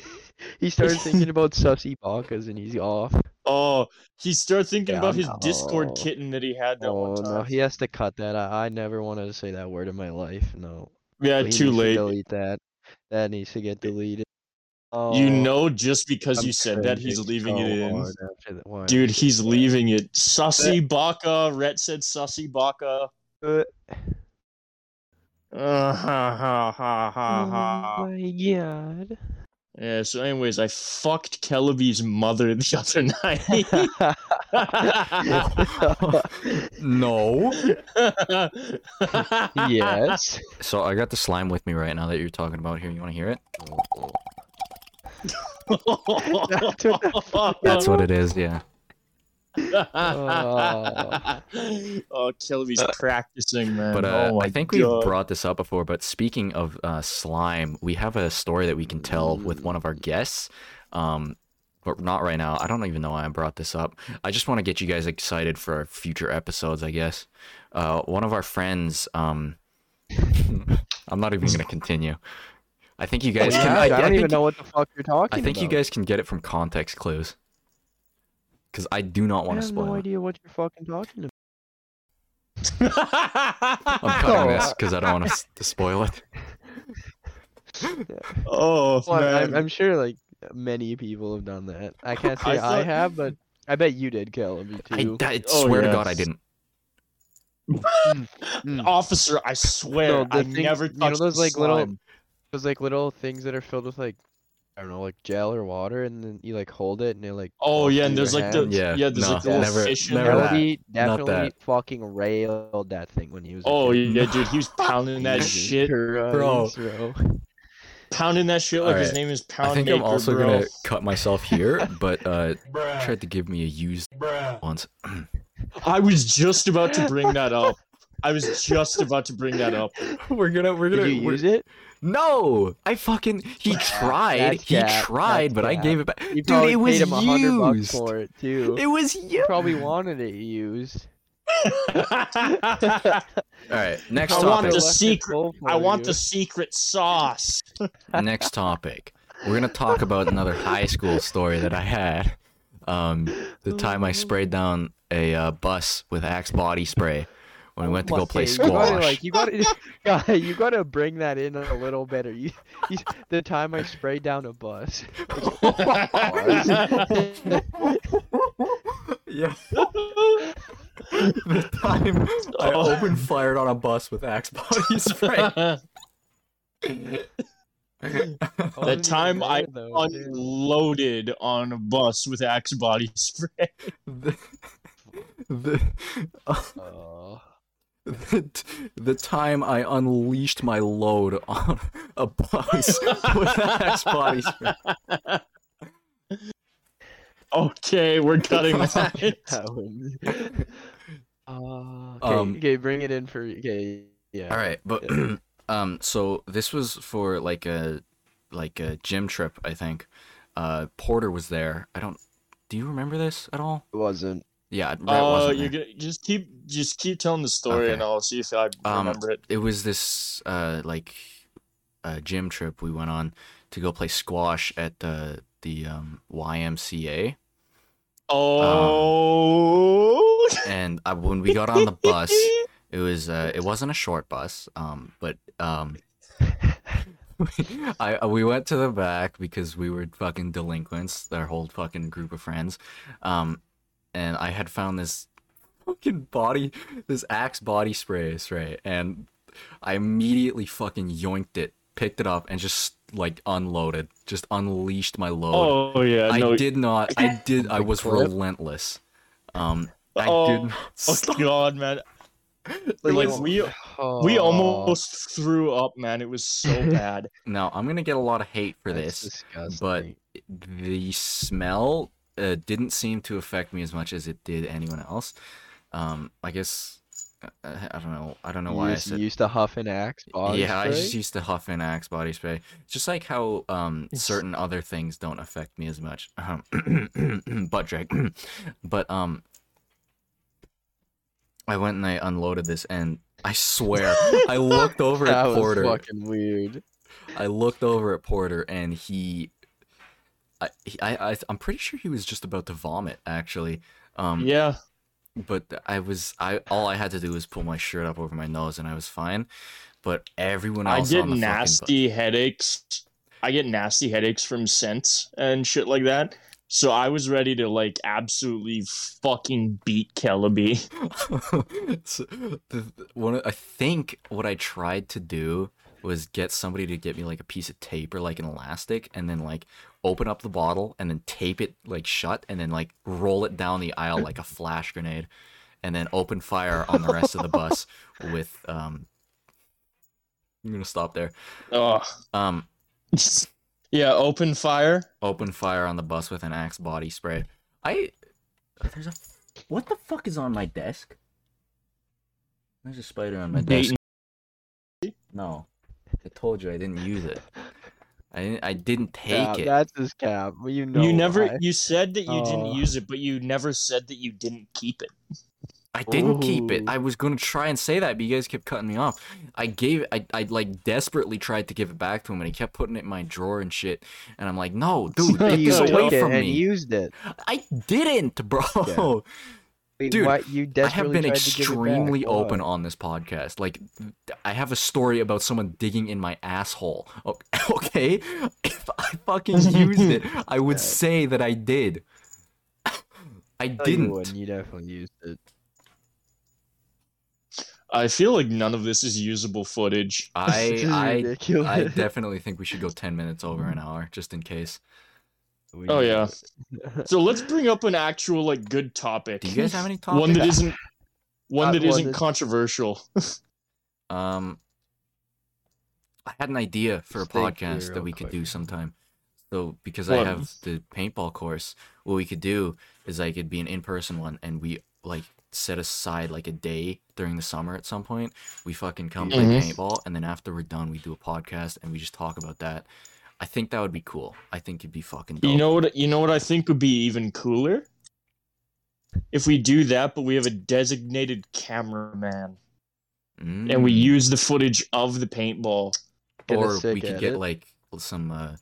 Speaker 4: he started thinking about sussy bakas and he's off.
Speaker 2: oh, he started thinking
Speaker 4: Yeah,
Speaker 2: about his
Speaker 4: no.
Speaker 2: Discord kitten that he had that
Speaker 4: Oh
Speaker 2: one
Speaker 4: no,
Speaker 2: time.
Speaker 4: he has to cut that. I, I never wanted to say that word in my life. No.
Speaker 2: yeah, too
Speaker 4: He needs to
Speaker 2: late.
Speaker 4: delete that. That needs to get deleted.
Speaker 2: You
Speaker 4: Oh,
Speaker 2: know, just because
Speaker 4: I'm Oh
Speaker 2: you said that, he's
Speaker 4: cringing
Speaker 2: leaving it
Speaker 4: so
Speaker 2: in.
Speaker 4: hard after that- why I
Speaker 2: Dude,
Speaker 4: said
Speaker 2: he's
Speaker 4: that.
Speaker 2: leaving it. Sussy Baka. Rhett said Sussy Baka.
Speaker 4: Uh,
Speaker 2: Uh, ha, ha, ha, ha,
Speaker 4: oh
Speaker 2: ha.
Speaker 4: my god.
Speaker 2: Yeah, so, anyways, I fucked Kelby's mother the other night.
Speaker 1: No.
Speaker 4: yes.
Speaker 1: So I got the slime with me right now that you're talking about here. You want to hear it?
Speaker 4: That's what the fuck-
Speaker 1: That's what it is. Yeah.
Speaker 2: oh, Kelby's practicing, man.
Speaker 1: Uh, But uh,
Speaker 2: oh my
Speaker 1: I think
Speaker 2: God.
Speaker 1: we've brought this up before. But speaking of uh, slime, we have a story that we can tell with one of our guests. Um, but not right now. I don't even know why I brought this up. I just want to get you guys excited for our future episodes. I guess. Uh, one of our friends. Um, I'm not even going to continue. I think you guys.
Speaker 4: Yeah,
Speaker 1: can,
Speaker 4: I, don't
Speaker 1: think-
Speaker 4: even know what the fuck you're talking
Speaker 1: I
Speaker 4: about.
Speaker 1: think you guys can get it from context clues. Because I do not
Speaker 4: I
Speaker 1: want to
Speaker 4: have
Speaker 1: spoil.
Speaker 4: no
Speaker 1: it.
Speaker 4: idea what you're fucking talking about.
Speaker 1: I'm cutting
Speaker 4: No.
Speaker 1: this because I don't want to, to spoil it.
Speaker 2: oh
Speaker 4: Well, I'm,
Speaker 2: man.
Speaker 4: I'm sure like many people have done that. I can't say
Speaker 2: I
Speaker 4: I,
Speaker 2: thought-
Speaker 4: have, but I bet you did, Caleb.
Speaker 1: I,
Speaker 4: You too.
Speaker 1: I
Speaker 2: Oh,
Speaker 1: swear
Speaker 2: yeah.
Speaker 1: to God, I didn't.
Speaker 4: Mm.
Speaker 2: Officer, I
Speaker 4: So
Speaker 2: swear,
Speaker 4: the
Speaker 2: I
Speaker 4: thing-
Speaker 2: never
Speaker 4: you
Speaker 2: touched
Speaker 4: know those
Speaker 2: the
Speaker 4: like little,
Speaker 2: slime.
Speaker 4: those like little things that are filled with like, I don't know, like gel or water, and then you like hold it and it like.
Speaker 2: Oh
Speaker 4: walks
Speaker 2: yeah,
Speaker 4: through
Speaker 2: and
Speaker 4: your
Speaker 2: there's like the
Speaker 4: hand.
Speaker 1: Yeah,
Speaker 2: yeah, there's like the
Speaker 4: no,
Speaker 2: little
Speaker 1: never-
Speaker 2: fish in
Speaker 1: never
Speaker 2: there.
Speaker 1: that.
Speaker 4: Kelby
Speaker 1: Not that.
Speaker 4: definitely fucking railed that thing when he was. a
Speaker 2: Oh
Speaker 4: kid.
Speaker 2: yeah, dude, he was pounding that
Speaker 4: Jesus
Speaker 2: shit,
Speaker 4: Christ, bro.
Speaker 2: pounding that shit like his
Speaker 1: Alright.
Speaker 2: name is Pound
Speaker 1: I think
Speaker 2: Maker,
Speaker 1: I'm also
Speaker 2: bro.
Speaker 1: gonna cut myself here, but uh,
Speaker 2: Bruh,
Speaker 1: tried to give me a used
Speaker 2: bruh.
Speaker 1: once.
Speaker 2: I was just about to bring that up. I was just about to bring that up.
Speaker 1: we're gonna, we're
Speaker 4: Did
Speaker 1: gonna.
Speaker 4: you
Speaker 1: we're-
Speaker 4: use it?
Speaker 1: No, I fucking. He tried,
Speaker 4: That's
Speaker 1: he
Speaker 4: cap,
Speaker 1: tried,
Speaker 4: that's
Speaker 1: but I
Speaker 4: cap.
Speaker 1: gave it back.
Speaker 4: You
Speaker 1: Dude,
Speaker 4: probably
Speaker 1: it was
Speaker 4: paid him a hundred bucks
Speaker 1: used.
Speaker 4: for it too.
Speaker 1: It was you.
Speaker 4: You probably wanted it used.
Speaker 2: I
Speaker 1: All right, next
Speaker 2: I want
Speaker 1: topic.
Speaker 2: to secret- want the secret sauce.
Speaker 1: next topic. We're gonna talk about another high school story that I had. Um, the time I sprayed down a uh, bus with Axe body spray when we went to go play
Speaker 4: You gotta,
Speaker 1: squash.
Speaker 4: like, you gotta, guy, you gotta bring that in a little better. You, you, the time I sprayed down a bus.
Speaker 1: yeah, the time I
Speaker 2: Oh.
Speaker 1: open fired on a bus with Axe body spray.
Speaker 4: wasn't even
Speaker 2: time I-
Speaker 4: there, though, dude.
Speaker 2: Unloaded on a bus with Axe body spray.
Speaker 1: the, the,
Speaker 4: Oh.
Speaker 1: the, t- the time I unleashed my load on a bus with Axe body spray.
Speaker 2: Okay, we're cutting that.
Speaker 4: That one. Uh, okay,
Speaker 1: Um,
Speaker 4: okay, bring it in for okay. Yeah.
Speaker 1: All right, but um, so this was for like a like a gym trip, I think. Uh, Porter was there. I don't. Do you remember this at all?
Speaker 4: It wasn't.
Speaker 1: Yeah, Brett
Speaker 2: Oh,
Speaker 1: wasn't
Speaker 2: you're
Speaker 1: there.
Speaker 2: gonna just keep just keep telling the story,
Speaker 1: Okay.
Speaker 2: and I'll see if I
Speaker 1: Um,
Speaker 2: remember it.
Speaker 1: It was this uh like uh, gym trip we went on to go play squash at the the um, YMCA, um,
Speaker 2: Oh,
Speaker 1: and uh, when we got on the bus, it was uh, it wasn't a short bus, um, but um, I uh, we went to the back because we were fucking delinquents, our whole fucking group of friends. Um, and I had found this fucking body, this Axe body spray spray, and I immediately fucking yoinked it, picked it up, and just like unloaded, just unleashed my load.
Speaker 2: Oh yeah,
Speaker 1: I
Speaker 2: no.
Speaker 1: did not. I did. I
Speaker 4: Big
Speaker 1: was
Speaker 4: clip.
Speaker 1: relentless. Um, I
Speaker 2: Oh,
Speaker 1: did not
Speaker 2: oh,
Speaker 1: stop.
Speaker 2: God, man. Like
Speaker 1: Like,
Speaker 2: we we almost threw up, man. It was so bad.
Speaker 1: Now I'm gonna get a lot of hate for this. but the smell uh, didn't seem to affect me as much as it did anyone else. Um, I guess I, I I don't know. I don't know why I
Speaker 4: used,
Speaker 1: said.
Speaker 4: used to huff and axe body
Speaker 1: yeah, I just
Speaker 4: spray?
Speaker 1: used to huff and axe body spray. Just like how um,
Speaker 2: Yes.
Speaker 1: certain other things don't affect me as much. Um, butt drag. but um, I went and I unloaded this, and I swear, I looked over
Speaker 4: that
Speaker 1: at
Speaker 4: was
Speaker 1: Porter.
Speaker 4: fucking weird.
Speaker 1: I looked over at Porter and he, I, he- I, I I'm pretty sure he was just about to vomit actually. Um,
Speaker 2: yeah.
Speaker 1: But I was I all I had to do was pull my shirt up over my nose and I was fine. But everyone
Speaker 2: I
Speaker 1: else
Speaker 2: get
Speaker 1: on the fucking bu-
Speaker 2: nasty headaches. I get nasty headaches from scents and shit like that. So I was ready to like absolutely fucking beat Celebi.
Speaker 1: so, the, the- one, of- I think what I tried to do was get somebody to get me like a piece of tape or like an elastic and then like open up the bottle and then tape it like shut and then like roll it down the aisle like a flash grenade and then open fire on the rest of the bus with um I'm going to stop there.
Speaker 2: Ugh.
Speaker 1: Um
Speaker 2: yeah, open fire.
Speaker 1: open fire on the bus with an axe body spray. I there's a what the fuck is on my desk? There's a spider on my desk.
Speaker 2: Bait
Speaker 1: No, I told you I didn't use it. I didn't. I didn't take
Speaker 4: Cap,
Speaker 1: it.
Speaker 4: That's his cap. You know.
Speaker 2: you never
Speaker 4: why.
Speaker 2: you said that you didn't
Speaker 4: Oh.
Speaker 2: use it, but you never said that you didn't keep it.
Speaker 1: I didn't keep it.
Speaker 4: Ooh.
Speaker 1: I was gonna try and say that, but you guys kept cutting me off. I gave. I. I like desperately tried to give it back to him, and he kept putting it in my drawer and shit. And I'm like, no, dude, take
Speaker 4: you
Speaker 1: this
Speaker 4: took
Speaker 1: away
Speaker 4: it
Speaker 1: from
Speaker 4: and
Speaker 1: me.
Speaker 4: used it.
Speaker 1: I didn't, bro.
Speaker 4: Yeah. Wait,
Speaker 1: Dude,
Speaker 4: what? You
Speaker 1: I have been
Speaker 4: desperately tried to give it back.
Speaker 1: extremely
Speaker 4: Why?
Speaker 1: open on this podcast. Like, th- I have a story about someone digging in my asshole. O- Okay, if I fucking used it, I would
Speaker 4: Yeah.
Speaker 1: say that I did. I
Speaker 4: No, You,
Speaker 1: didn't.
Speaker 4: wouldn't. You definitely used it.
Speaker 2: I feel like none of this is usable footage.
Speaker 4: This is
Speaker 1: I I I
Speaker 4: ridiculous.
Speaker 1: definitely think we should go ten minutes over an hour just in case.
Speaker 4: We
Speaker 2: Oh, yeah.
Speaker 4: used it.
Speaker 2: So let's bring up an actual like good topic.
Speaker 1: Do you guys have any topics?
Speaker 2: one that isn't one
Speaker 4: Not
Speaker 2: that
Speaker 4: one
Speaker 2: isn't
Speaker 4: that's-
Speaker 2: controversial?
Speaker 1: Um, I had an idea for a
Speaker 4: Just think here
Speaker 1: podcast that
Speaker 4: real
Speaker 1: we could
Speaker 4: quick.
Speaker 1: do sometime. So because I
Speaker 2: What?
Speaker 1: have the paintball course, what we could do is I could be an in-person one, and we like set aside like a day during the summer at some point. We fucking come play
Speaker 4: Mm-hmm.
Speaker 2: Mhm.
Speaker 1: paintball, and then after we're done, we do a podcast and we just talk about that. I think that would be cool. I think it'd be fucking dope.
Speaker 2: You know what? You know what I think would be even cooler if we do that, but we have a designated cameraman and we
Speaker 4: Hmm.
Speaker 1: Mm.
Speaker 2: use the footage of the paintball.
Speaker 4: Get a
Speaker 1: or we
Speaker 4: sick
Speaker 1: could get
Speaker 4: edit.
Speaker 1: like some uh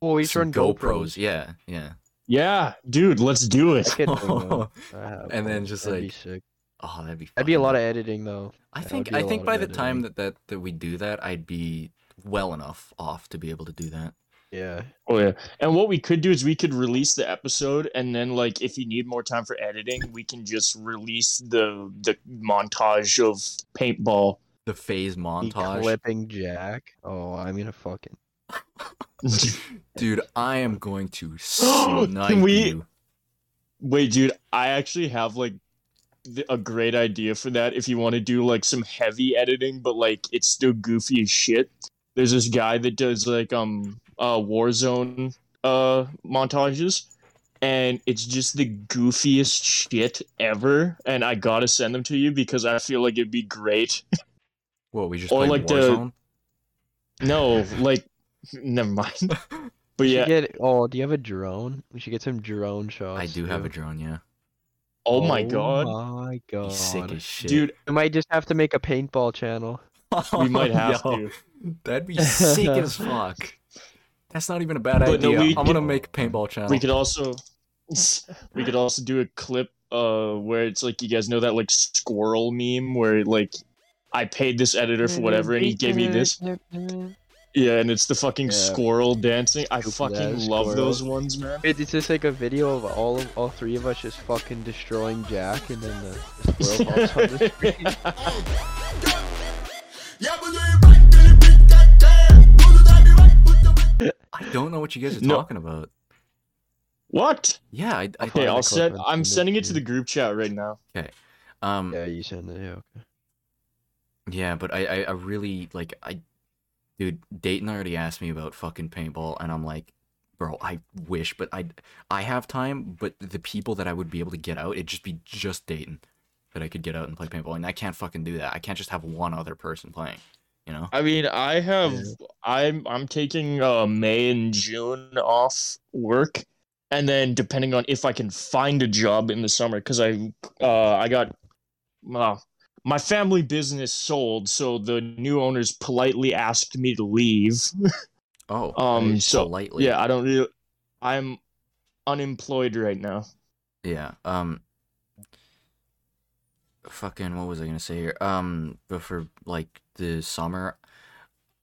Speaker 4: Well, we
Speaker 1: some
Speaker 4: run
Speaker 1: GoPros.
Speaker 4: GoPros.
Speaker 1: Yeah, yeah.
Speaker 2: Yeah, dude, let's do
Speaker 4: I
Speaker 2: it.
Speaker 4: could bring one. I have
Speaker 1: And then
Speaker 4: one.
Speaker 1: just,
Speaker 4: That'd be
Speaker 1: like,
Speaker 4: sick.
Speaker 1: Oh, that'd be.
Speaker 4: That'd be a
Speaker 1: fucking
Speaker 4: lot
Speaker 1: dope.
Speaker 4: of editing though.
Speaker 1: I
Speaker 4: That would
Speaker 1: think
Speaker 4: be a
Speaker 1: I
Speaker 4: lot
Speaker 1: think
Speaker 4: of
Speaker 1: by the
Speaker 4: editing.
Speaker 1: time that, that that we do that, I'd be well enough off to be able to do that.
Speaker 4: Yeah.
Speaker 2: Oh yeah. And what we could do is we could release the episode, and then like if you need more time for editing, we can just release the the montage of paintball.
Speaker 1: The phase
Speaker 4: He
Speaker 1: montage,
Speaker 4: clipping Jack. Oh, I'm gonna fucking.
Speaker 1: dude. I am going to
Speaker 2: Can
Speaker 1: snipe
Speaker 2: we-
Speaker 1: you.
Speaker 2: Wait, dude, I actually have like th- a great idea for that. If you want to do like some heavy editing, but like it's still goofy as shit. There's this guy that does like um uh Warzone uh montages, and it's just the goofiest shit ever. And I gotta send them to you because I feel like it'd be great.
Speaker 1: What we just
Speaker 2: Or
Speaker 1: played
Speaker 2: Oh, like the-
Speaker 1: Warzone.
Speaker 2: No, like never mind. But
Speaker 4: We should
Speaker 2: yeah,
Speaker 4: Get. Oh, do you have a drone? We should get some drone shots.
Speaker 1: I do have a
Speaker 4: too.
Speaker 1: drone, yeah.
Speaker 2: oh my god,
Speaker 4: my
Speaker 1: You
Speaker 2: Oh,
Speaker 4: god.
Speaker 1: sick as shit,
Speaker 2: dude,
Speaker 4: We might just have to make a paintball channel.
Speaker 2: we might have
Speaker 1: Yo,
Speaker 2: to.
Speaker 1: That'd be sick as fuck. That's not even a bad
Speaker 2: But no,
Speaker 1: idea.
Speaker 2: we
Speaker 1: I'm gonna
Speaker 4: could-
Speaker 1: make a paintball channel.
Speaker 2: We could also we could also do a clip uh where it's like you guys know that like
Speaker 4: Mm-hmm.
Speaker 2: squirrel meme where like I paid this editor for whatever and he gave me this. Yeah, and it's the fucking
Speaker 4: Yeah.
Speaker 2: squirrel dancing. I
Speaker 4: Stupid
Speaker 2: fucking
Speaker 4: ass
Speaker 2: love
Speaker 4: squirrel.
Speaker 2: those ones, man.
Speaker 4: It, it's just like a video of all of all three of us just fucking destroying Jack, and then the, the squirrel pops on the screen.
Speaker 1: I don't know what you guys are
Speaker 2: No.
Speaker 1: talking about.
Speaker 2: What?
Speaker 1: Yeah, I, I
Speaker 2: Okay,
Speaker 4: find
Speaker 2: I'll
Speaker 4: the clip
Speaker 2: send.
Speaker 4: and
Speaker 2: I'm
Speaker 4: send it
Speaker 2: sending
Speaker 4: to
Speaker 2: it to
Speaker 4: you.
Speaker 2: the group chat right now.
Speaker 1: um
Speaker 4: Yeah, you send it. Yeah, okay.
Speaker 1: Yeah, but I, I, I really like I, dude. Dayton already asked me about fucking paintball, and I'm like, bro, I wish, but I, I have time, but the people that I would be able to get out, it'd just be just Dayton, that I could get out and play paintball, and I can't fucking do that. I can't just have one other person playing, you know.
Speaker 2: I mean, I have. I'm I'm taking uh, May and June off work, and then depending on if I can find a job in the summer, because I uh, I got uh, my family business sold, so the new owners politely asked me to leave.
Speaker 1: Oh,
Speaker 2: Um, so
Speaker 1: politely,
Speaker 2: yeah, I don't really. I'm unemployed right now.
Speaker 1: yeah. Um, fucking, what was I gonna say here? Um, but for like the summer.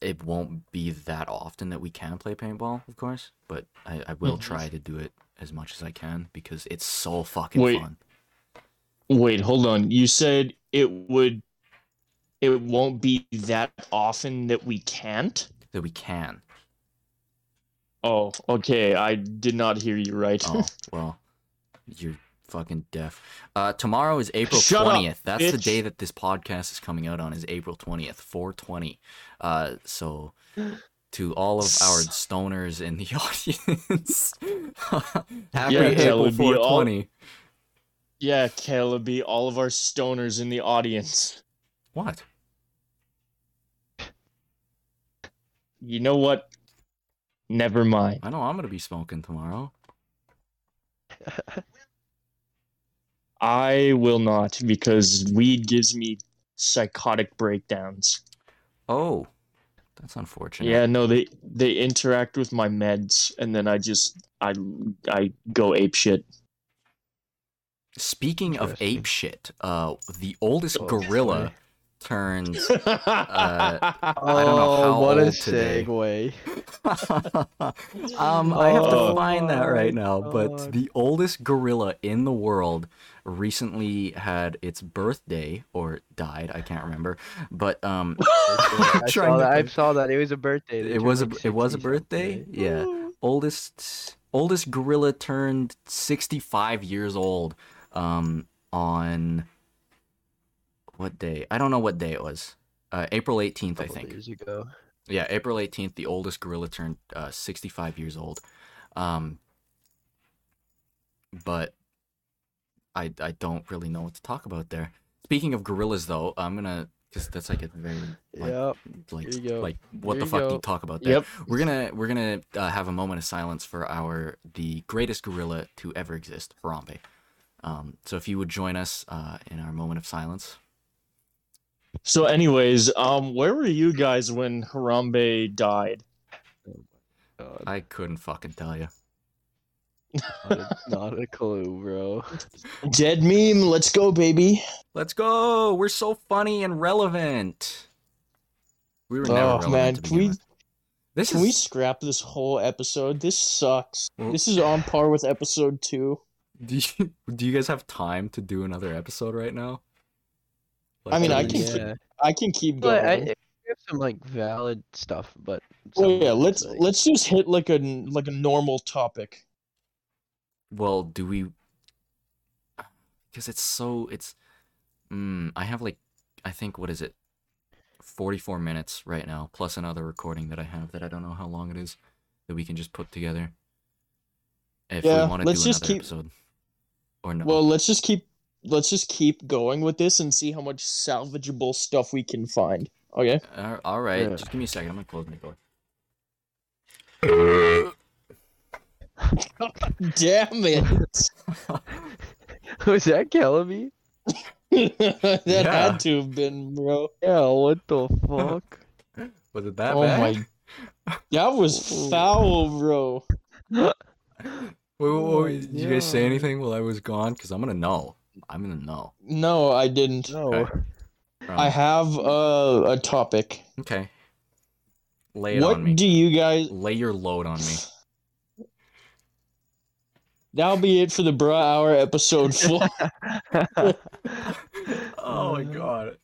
Speaker 1: It won't be that often that we can play paintball, of course, but I, I will
Speaker 2: Mhm.
Speaker 1: try to do it as much as I can because it's so fucking
Speaker 2: Wait.
Speaker 1: fun.
Speaker 2: Wait, hold on. You said it would. It won't be that often that we can't.
Speaker 1: That we can.
Speaker 2: Oh, okay. I did not hear you right.
Speaker 1: Oh, well, you're fucking deaf. Uh, tomorrow is April
Speaker 2: Shut up,
Speaker 1: 20th. That's the
Speaker 2: bitch.
Speaker 1: day that this podcast is coming out on is April 20th, 420. Uh, so to all of our stoners in the audience, happy
Speaker 2: Yeah,
Speaker 1: April
Speaker 2: Caleb, we all-
Speaker 1: 420.
Speaker 2: Yeah, Caleb, be all of our stoners in the audience.
Speaker 1: What?
Speaker 2: You know what? Never mind.
Speaker 1: I know I'm going to be smoking tomorrow.
Speaker 2: I will not because weed gives me psychotic breakdowns.
Speaker 1: Oh, that's unfortunate.
Speaker 2: Yeah, no, they they interact with my meds and then I just I I go ape shit.
Speaker 1: Speaking of
Speaker 4: Interesting.
Speaker 1: ape shit, uh, the oldest
Speaker 4: Oh,
Speaker 1: gorilla
Speaker 4: sorry.
Speaker 1: turns
Speaker 4: Oh,
Speaker 1: I don't know how
Speaker 4: what a
Speaker 1: old today.
Speaker 4: segue!
Speaker 1: um, I have to
Speaker 2: Oh
Speaker 1: find that right
Speaker 4: my
Speaker 1: now, but
Speaker 4: God.
Speaker 1: the oldest gorilla in the world recently had its birthday or died. I can't remember, but um,
Speaker 4: I
Speaker 1: trying
Speaker 4: saw
Speaker 1: to
Speaker 4: that. I
Speaker 1: think.
Speaker 4: saw that. It was a birthday. They
Speaker 1: it
Speaker 4: turned,
Speaker 1: was a
Speaker 4: like,
Speaker 1: it was a
Speaker 4: 60
Speaker 1: birthday.
Speaker 4: something.
Speaker 1: Yeah, oldest oldest gorilla turned sixty five years old. Um, on what day? I don't know what day it was. Uh, April eighteenth, I
Speaker 4: Couple
Speaker 1: think.
Speaker 4: Years ago.
Speaker 1: Yeah, April 18th, the oldest gorilla turned uh, 65 years old. Um, but I, I don't really know what to talk about there. Speaking of gorillas, though, I'm gonna because that's like a very like
Speaker 4: Yep.
Speaker 1: like,
Speaker 4: here you go.
Speaker 1: like what the
Speaker 4: Here you
Speaker 1: fuck do you
Speaker 4: go.
Speaker 1: talk about there?
Speaker 2: yep.
Speaker 1: We're gonna we're gonna uh, have a moment of silence for our the greatest gorilla to ever exist, Harambe. Um, so if you would join us uh, in our moment of silence,
Speaker 2: So anyways, um where were you guys when Harambe died?
Speaker 4: God,
Speaker 1: I couldn't fucking tell you.
Speaker 4: not, a, not a clue, bro.
Speaker 2: Dead meme, let's go baby.
Speaker 1: Let's go. We're so funny and relevant. We were never
Speaker 2: Oh,
Speaker 1: relevant
Speaker 2: man,
Speaker 1: to
Speaker 2: can
Speaker 1: begin
Speaker 2: we-
Speaker 1: with. This
Speaker 2: Can
Speaker 1: is
Speaker 2: we scrap this whole episode? This sucks.
Speaker 1: Well-
Speaker 2: This is on par with episode two.
Speaker 1: do you, do you guys have time to do another episode right now? Like,
Speaker 2: I mean,
Speaker 1: are
Speaker 2: I
Speaker 1: we-
Speaker 2: can keep
Speaker 4: Yeah.
Speaker 2: I can keep going.
Speaker 4: But I, I have some like valid stuff, but
Speaker 2: well,
Speaker 4: some
Speaker 2: yeah,
Speaker 4: of it's,
Speaker 2: let's
Speaker 4: like-
Speaker 2: let's just hit like a like a normal topic.
Speaker 1: Well, do we Cuz it's so it's mm, I have like I think what is it? 44 minutes right now plus another recording that I have that I don't know how long it is that we can just put together. If
Speaker 2: Yeah,
Speaker 1: we want to do
Speaker 2: let's just
Speaker 1: another
Speaker 2: keep-
Speaker 1: episode or no.
Speaker 2: Well, let's just keep let's just keep going with this and see how much salvageable stuff we can find. Okay.
Speaker 1: Uh, all right,
Speaker 4: Yeah.
Speaker 1: just give me a second. I'm gonna close my door.
Speaker 2: Damn it.
Speaker 4: was that Kelly?
Speaker 2: that
Speaker 1: Yeah.
Speaker 2: had to have been, bro.
Speaker 4: Yeah, what the fuck?
Speaker 1: Was it that
Speaker 2: oh
Speaker 1: bad?
Speaker 2: my That was
Speaker 4: Ooh.
Speaker 2: foul, bro.
Speaker 1: Wait, wait,
Speaker 4: Oh
Speaker 1: wait,
Speaker 4: my
Speaker 1: did you guys say
Speaker 4: God.
Speaker 1: anything while I was gone? Because I'm gonna know. I'm gonna know.
Speaker 2: No, I didn't.
Speaker 4: no.
Speaker 1: Um,
Speaker 2: I have uh, a topic.
Speaker 1: okay. Lay it on me.
Speaker 2: what do you guys?
Speaker 1: Lay your load on me.
Speaker 2: That'll be it for the Bra Hour episode four.
Speaker 1: Oh my god.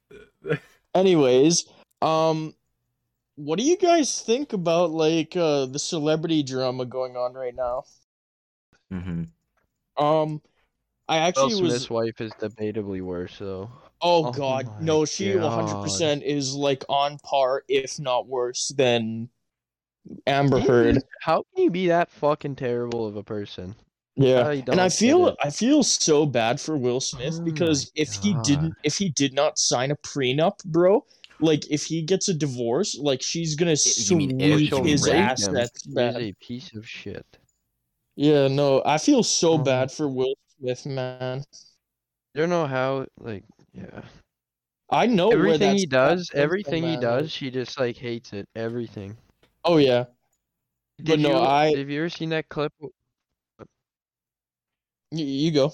Speaker 2: Anyways, um, what do you guys think about like uh, the celebrity drama going on right now?
Speaker 1: hmm
Speaker 2: Um, I
Speaker 4: Will
Speaker 2: actually was.
Speaker 4: Smith's wife is debatably worse, though.
Speaker 2: Oh
Speaker 4: Oh
Speaker 2: God,
Speaker 4: my
Speaker 2: no! She
Speaker 4: God.
Speaker 2: one hundred percent is like on par, if not worse, than Amber Heard.
Speaker 4: How can you be that fucking terrible of a person?
Speaker 2: Yeah,
Speaker 4: I
Speaker 2: and I
Speaker 4: don't
Speaker 2: feel
Speaker 4: get it.
Speaker 2: I feel so bad for Will Smith
Speaker 4: Oh my
Speaker 2: because if he
Speaker 4: God.
Speaker 2: didn't, if he did not sign a prenup, bro, like if he gets a divorce, like she's gonna
Speaker 1: You mean if
Speaker 2: sweep
Speaker 1: she'll
Speaker 2: his
Speaker 1: rape him.
Speaker 2: assets
Speaker 4: He is
Speaker 2: back.
Speaker 4: a piece of shit.
Speaker 2: Yeah, no, I feel so
Speaker 4: Oh.
Speaker 2: bad for Will Smith, man.
Speaker 4: I don't know how, like, yeah.
Speaker 2: I know where
Speaker 4: everything
Speaker 2: that's-
Speaker 4: he
Speaker 2: that
Speaker 4: does,
Speaker 2: comes from,
Speaker 4: everything he
Speaker 2: man.
Speaker 4: does, she just like hates it. Everything.
Speaker 2: Oh yeah, But
Speaker 4: Did
Speaker 2: no,
Speaker 4: you,
Speaker 2: I-
Speaker 4: Have you ever seen that clip?
Speaker 2: Y- you go.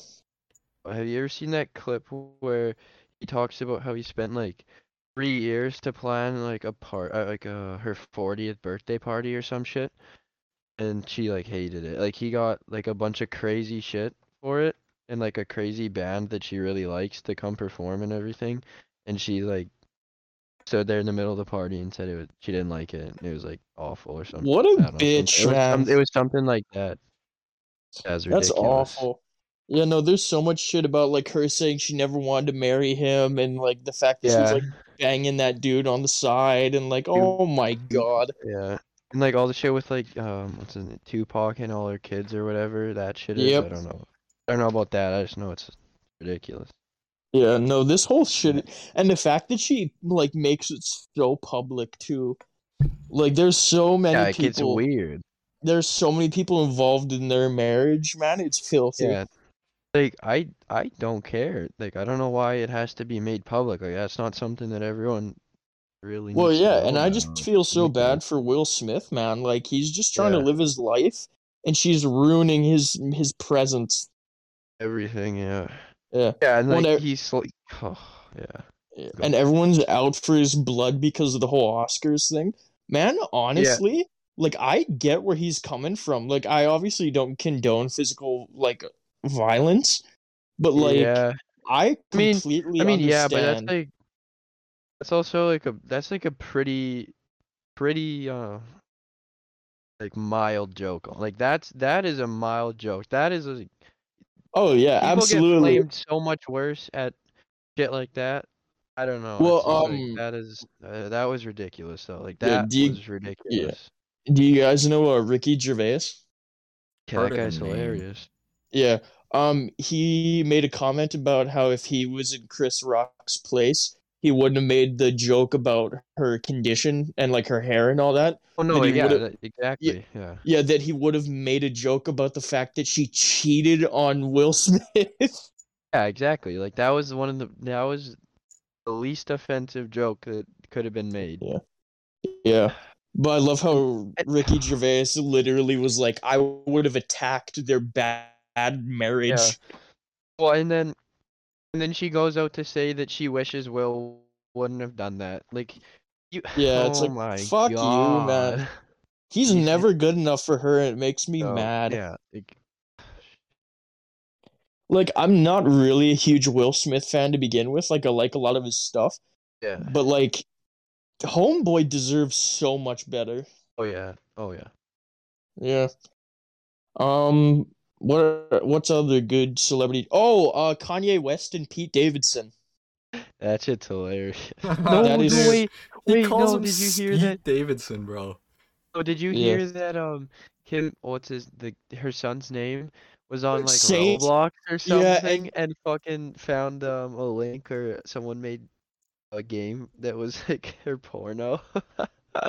Speaker 4: Have you ever seen that clip where he talks about how he spent like three years to plan like a part, uh, like uh, her 40th birthday party or some shit, and she like hated it. Like he got like a bunch of crazy shit for it, and like a crazy band that she really likes to come perform and everything, and she like stood there in the middle of the party and said it was she didn't like it. and It was like awful or something.
Speaker 2: What a
Speaker 4: I don't know, some-
Speaker 2: bitch,
Speaker 4: it was, some-
Speaker 2: man.
Speaker 4: it was something like that. That's
Speaker 2: That's
Speaker 4: ridiculous.
Speaker 2: awful. Yeah, no, there's so much shit about like her saying she never wanted to marry him, and like the fact that she was
Speaker 4: Yeah.
Speaker 2: like banging that dude on the side, and like, oh my god.
Speaker 4: Yeah. And like all the shit with like um what's his name? Tupac and all her kids or whatever that shit is.
Speaker 2: Yep.
Speaker 4: I don't know. I don't know about that. I just know it's ridiculous.
Speaker 2: Yeah, no, this whole shit, and the fact that she like makes it so public too. Like, there's so many
Speaker 4: yeah, it
Speaker 2: people.
Speaker 4: gets weird.
Speaker 2: There's so many people involved in their marriage, man. It's filthy.
Speaker 4: Yeah. Like I I don't care. Like I don't know why it has to be made public. Like that's not something that everyone really
Speaker 2: Well,
Speaker 4: needs to
Speaker 2: yeah, and
Speaker 4: know
Speaker 2: I
Speaker 4: about.
Speaker 2: just feel so
Speaker 4: Ridiculous.
Speaker 2: bad for Will Smith, man. Like he's just trying to
Speaker 4: Yeah.
Speaker 2: live his life, and she's ruining his his presence.
Speaker 4: everything, yeah.
Speaker 2: Yeah.
Speaker 4: Yeah, and
Speaker 2: Well,
Speaker 4: like
Speaker 2: there-
Speaker 4: he's like oh yeah. Go.
Speaker 2: and everyone's out for his blood because of the whole Oscars thing. Man, honestly, like I get where he's coming from. Like I obviously don't condone physical like violence, but like
Speaker 4: yeah.
Speaker 2: I
Speaker 4: I mean-
Speaker 2: completely
Speaker 4: I mean, yeah, but that's
Speaker 2: understand.
Speaker 4: like that's also like a that's like a pretty pretty uh like mild joke. Like that's that is a mild joke. That is a, people
Speaker 2: oh yeah,
Speaker 4: get
Speaker 2: absolutely.
Speaker 4: blamed so much worse at shit like that. I don't know.
Speaker 2: Well,
Speaker 4: it's just, like,
Speaker 2: um,
Speaker 4: that is uh, that was ridiculous though. Like
Speaker 2: Yeah,
Speaker 4: that
Speaker 2: do you-
Speaker 4: was ridiculous.
Speaker 2: Do you guys know uh, Ricky Gervais?
Speaker 4: Yeah,
Speaker 1: Heard
Speaker 4: that
Speaker 1: of the
Speaker 4: guy's
Speaker 1: name.
Speaker 4: hilarious.
Speaker 2: Yeah. Um, he made a comment about how if he was in Chris Rock's place, he wouldn't have made the joke about her condition and like her hair and all that.
Speaker 4: Oh no,
Speaker 2: That he
Speaker 4: yeah,
Speaker 2: would've-
Speaker 4: that- exactly. Yeah.
Speaker 2: Yeah, that he would have made a joke about the fact that she cheated on Will Smith.
Speaker 4: Yeah, exactly. Like that was one of the that was the least offensive joke that could have been made.
Speaker 2: yeah. But I love how
Speaker 4: And-
Speaker 2: Ricky Gervais literally was like, I would have attacked their bad, bad marriage.
Speaker 4: Well, and then, and then she goes out to say that she wishes Will wouldn't have done that. Like, you.
Speaker 2: Yeah, it's
Speaker 4: oh
Speaker 2: like,
Speaker 4: my
Speaker 2: fuck you, man.
Speaker 4: God.
Speaker 2: He's
Speaker 4: He's-
Speaker 2: never good enough for her, and it makes me
Speaker 4: So,
Speaker 2: mad.
Speaker 4: Yeah. Like,
Speaker 2: Like, I'm not really a huge Will Smith fan to begin with. Like, I like a lot of his stuff,
Speaker 4: yeah.
Speaker 2: but like, Homeboy deserves so much better.
Speaker 4: Oh yeah. Oh yeah.
Speaker 2: Yeah. Um. What? Are, what's other good celebrity? Oh, uh, Kanye West and Pete Davidson.
Speaker 4: That shit's hilarious.
Speaker 2: No, That is-
Speaker 4: wait,
Speaker 1: He
Speaker 4: wait,
Speaker 1: calls
Speaker 4: no,
Speaker 1: him
Speaker 4: did you hear
Speaker 1: Speed
Speaker 4: that?
Speaker 1: Davidson, bro.
Speaker 4: Oh, did you
Speaker 2: Yeah.
Speaker 4: hear that? Um, him. What's his the her son's name was on like
Speaker 2: Saint.
Speaker 4: Roblox or
Speaker 2: Yeah, and-
Speaker 4: something, and fucking found um a link or someone made a game that was like her porno.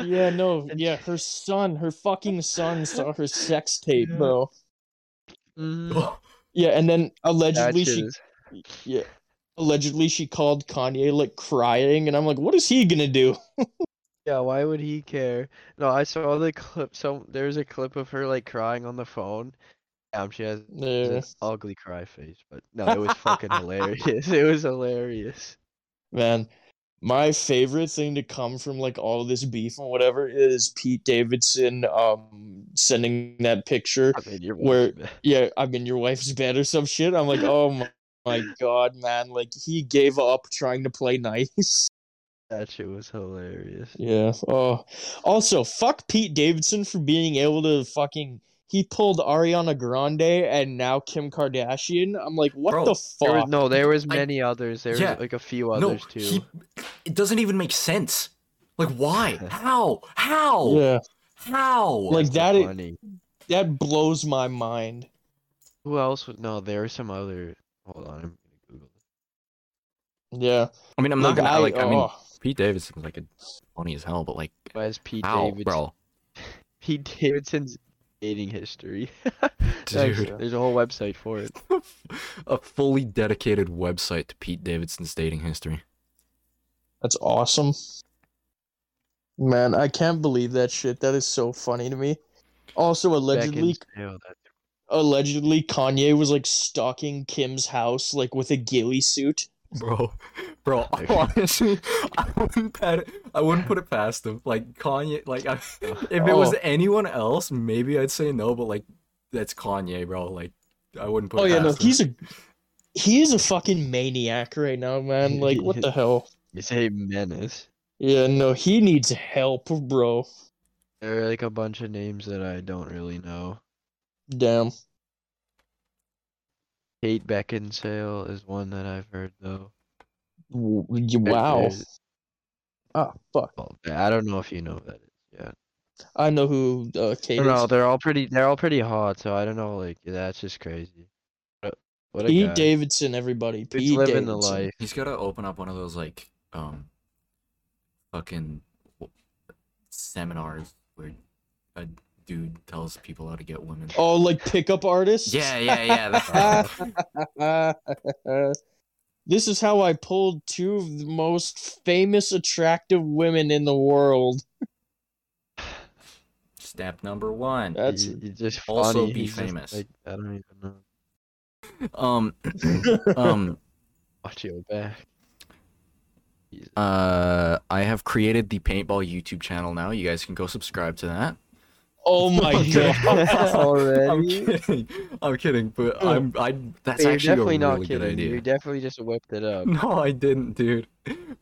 Speaker 2: Yeah. No.
Speaker 4: And-
Speaker 2: Yeah. Her son. Her fucking son saw her sex tape, bro.
Speaker 1: Mm-hmm.
Speaker 4: Mhm.
Speaker 1: Oh,
Speaker 2: Yeah. And then
Speaker 4: That
Speaker 2: allegedly
Speaker 4: shit
Speaker 2: she.
Speaker 4: is-
Speaker 2: Yeah. Allegedly she called Kanye like crying, and I'm like, what is he gonna do?
Speaker 4: Yeah, why would he care? No, I saw the clip. So there's a clip of her like crying on the phone. Um, she has
Speaker 2: Yeah.
Speaker 4: an ugly cry face, but no, it was fucking hilarious. It was hilarious.
Speaker 2: Man. my favorite thing to come from like all this beef and whatever is Pete Davidson um sending that picture.
Speaker 4: I mean, you're
Speaker 2: Where- Yeah, I mean your wife's bed or some shit. I'm like, oh my, my god, man! Like he gave up trying to play nice.
Speaker 4: that shit was hilarious.
Speaker 2: Yeah. Oh, also fuck Pete Davidson for being able to fucking. He pulled Ariana Grande and now Kim Kardashian. I'm like, what
Speaker 1: Bro,
Speaker 2: the
Speaker 4: There was,
Speaker 2: fuck?
Speaker 4: no, there was
Speaker 1: I-
Speaker 4: many others. There
Speaker 1: Yeah.
Speaker 4: was like a few
Speaker 1: no,
Speaker 4: others too.
Speaker 1: he, it doesn't even make sense. Like, why? How? How?
Speaker 2: yeah,
Speaker 1: How?
Speaker 2: Like,
Speaker 4: That's
Speaker 2: that
Speaker 4: so
Speaker 2: it-
Speaker 4: funny.
Speaker 2: that blows my mind.
Speaker 4: Who else was? No, there were some other. Hold on, I'm gonna Google. it.
Speaker 2: Yeah.
Speaker 1: I mean, I'm not
Speaker 2: Like,
Speaker 1: gonna
Speaker 2: I-
Speaker 1: like. I mean,
Speaker 2: oh.
Speaker 1: Pete Davidson's like a funny as hell, but like,
Speaker 4: But as Pete
Speaker 1: how,
Speaker 4: Davidson,
Speaker 1: bro?
Speaker 4: Pete Davidson's dating history.
Speaker 1: Dude.
Speaker 4: there's a whole website for it.
Speaker 1: a fully dedicated website to Pete Davidson's dating history.
Speaker 2: That's awesome. Man, I can't believe that shit. That is so funny to me. Also, allegedly,
Speaker 4: Beckinsale, that-
Speaker 2: allegedly Kanye was like stalking Kim's house like with a ghillie suit.
Speaker 1: Bro, bro, honestly, I wouldn't pat it, I wouldn't put it past him. Like Kanye, like I, if it was
Speaker 2: Oh.
Speaker 1: anyone else, maybe I'd say no, but like that's Kanye, bro. Like I wouldn't put.
Speaker 2: Oh
Speaker 1: it
Speaker 2: yeah, no,
Speaker 1: past him.
Speaker 2: he's a he is a fucking maniac right now, man. Like what the hell?
Speaker 4: It's a menace.
Speaker 2: Yeah, no, he needs help, bro.
Speaker 4: There are like a bunch of names that I don't really know.
Speaker 2: Damn.
Speaker 4: Kate Beckinsale is one that I've heard though.
Speaker 2: W- you- Wow.
Speaker 4: There's-
Speaker 2: Ah, fuck.
Speaker 4: well, I don't know if you know who that is. Yeah.
Speaker 2: I know who uh, Kate
Speaker 4: No, no,
Speaker 2: is.
Speaker 4: they're all pretty. They're all pretty hot. So I don't know. Like that's just crazy. What a, what a
Speaker 2: Pete
Speaker 4: guy.
Speaker 2: Davidson, everybody.
Speaker 4: Dude's
Speaker 2: Pete Davidson.
Speaker 4: living the life.
Speaker 1: He's gotta open up one of those like um fucking w- seminars where a dude tells people how to get women.
Speaker 2: Oh, like pickup artists?
Speaker 1: Yeah, yeah, yeah. That's
Speaker 2: this is how I pulled two of the most famous, attractive women in the world.
Speaker 1: step number one.
Speaker 2: That's
Speaker 4: He- he's just
Speaker 1: Also
Speaker 4: funny,
Speaker 1: be
Speaker 4: he's just,
Speaker 1: famous.
Speaker 4: like, I don't even know.
Speaker 1: Um, um,
Speaker 4: Watch your back.
Speaker 1: uh, I have created the paintball YouTube channel now. You guys can go subscribe to that.
Speaker 2: oh my god.
Speaker 1: I'm
Speaker 4: Already.
Speaker 1: kidding. I'm kidding, but I'm. I. That's
Speaker 4: Oh. You're
Speaker 1: actually a
Speaker 4: definitely
Speaker 1: really
Speaker 4: not
Speaker 1: good
Speaker 4: kidding. You
Speaker 1: idea.
Speaker 4: definitely just whipped it up.
Speaker 1: No, I didn't, dude.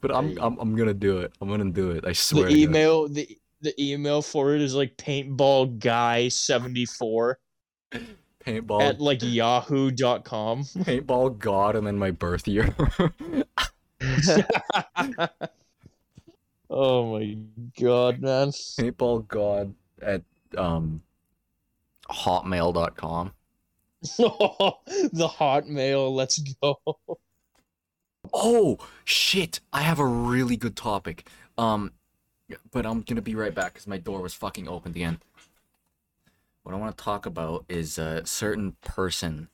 Speaker 1: But I'm.
Speaker 4: Hey.
Speaker 1: I'm. I'm gonna do it. I'm gonna do it. I swear.
Speaker 2: The
Speaker 1: to God.
Speaker 2: email the the email for it is like paintball guy 74
Speaker 1: paintball
Speaker 2: at like yahoo.com.
Speaker 1: paintball god and then my birth year.
Speaker 2: Oh my god, man.
Speaker 1: paintball god at um hotmail.com.
Speaker 2: the hotmail, let's go.
Speaker 1: Oh shit, I have a really good topic. Um but I'm going to be right back cuz my door was fucking opened again. What I want to talk about is a certain person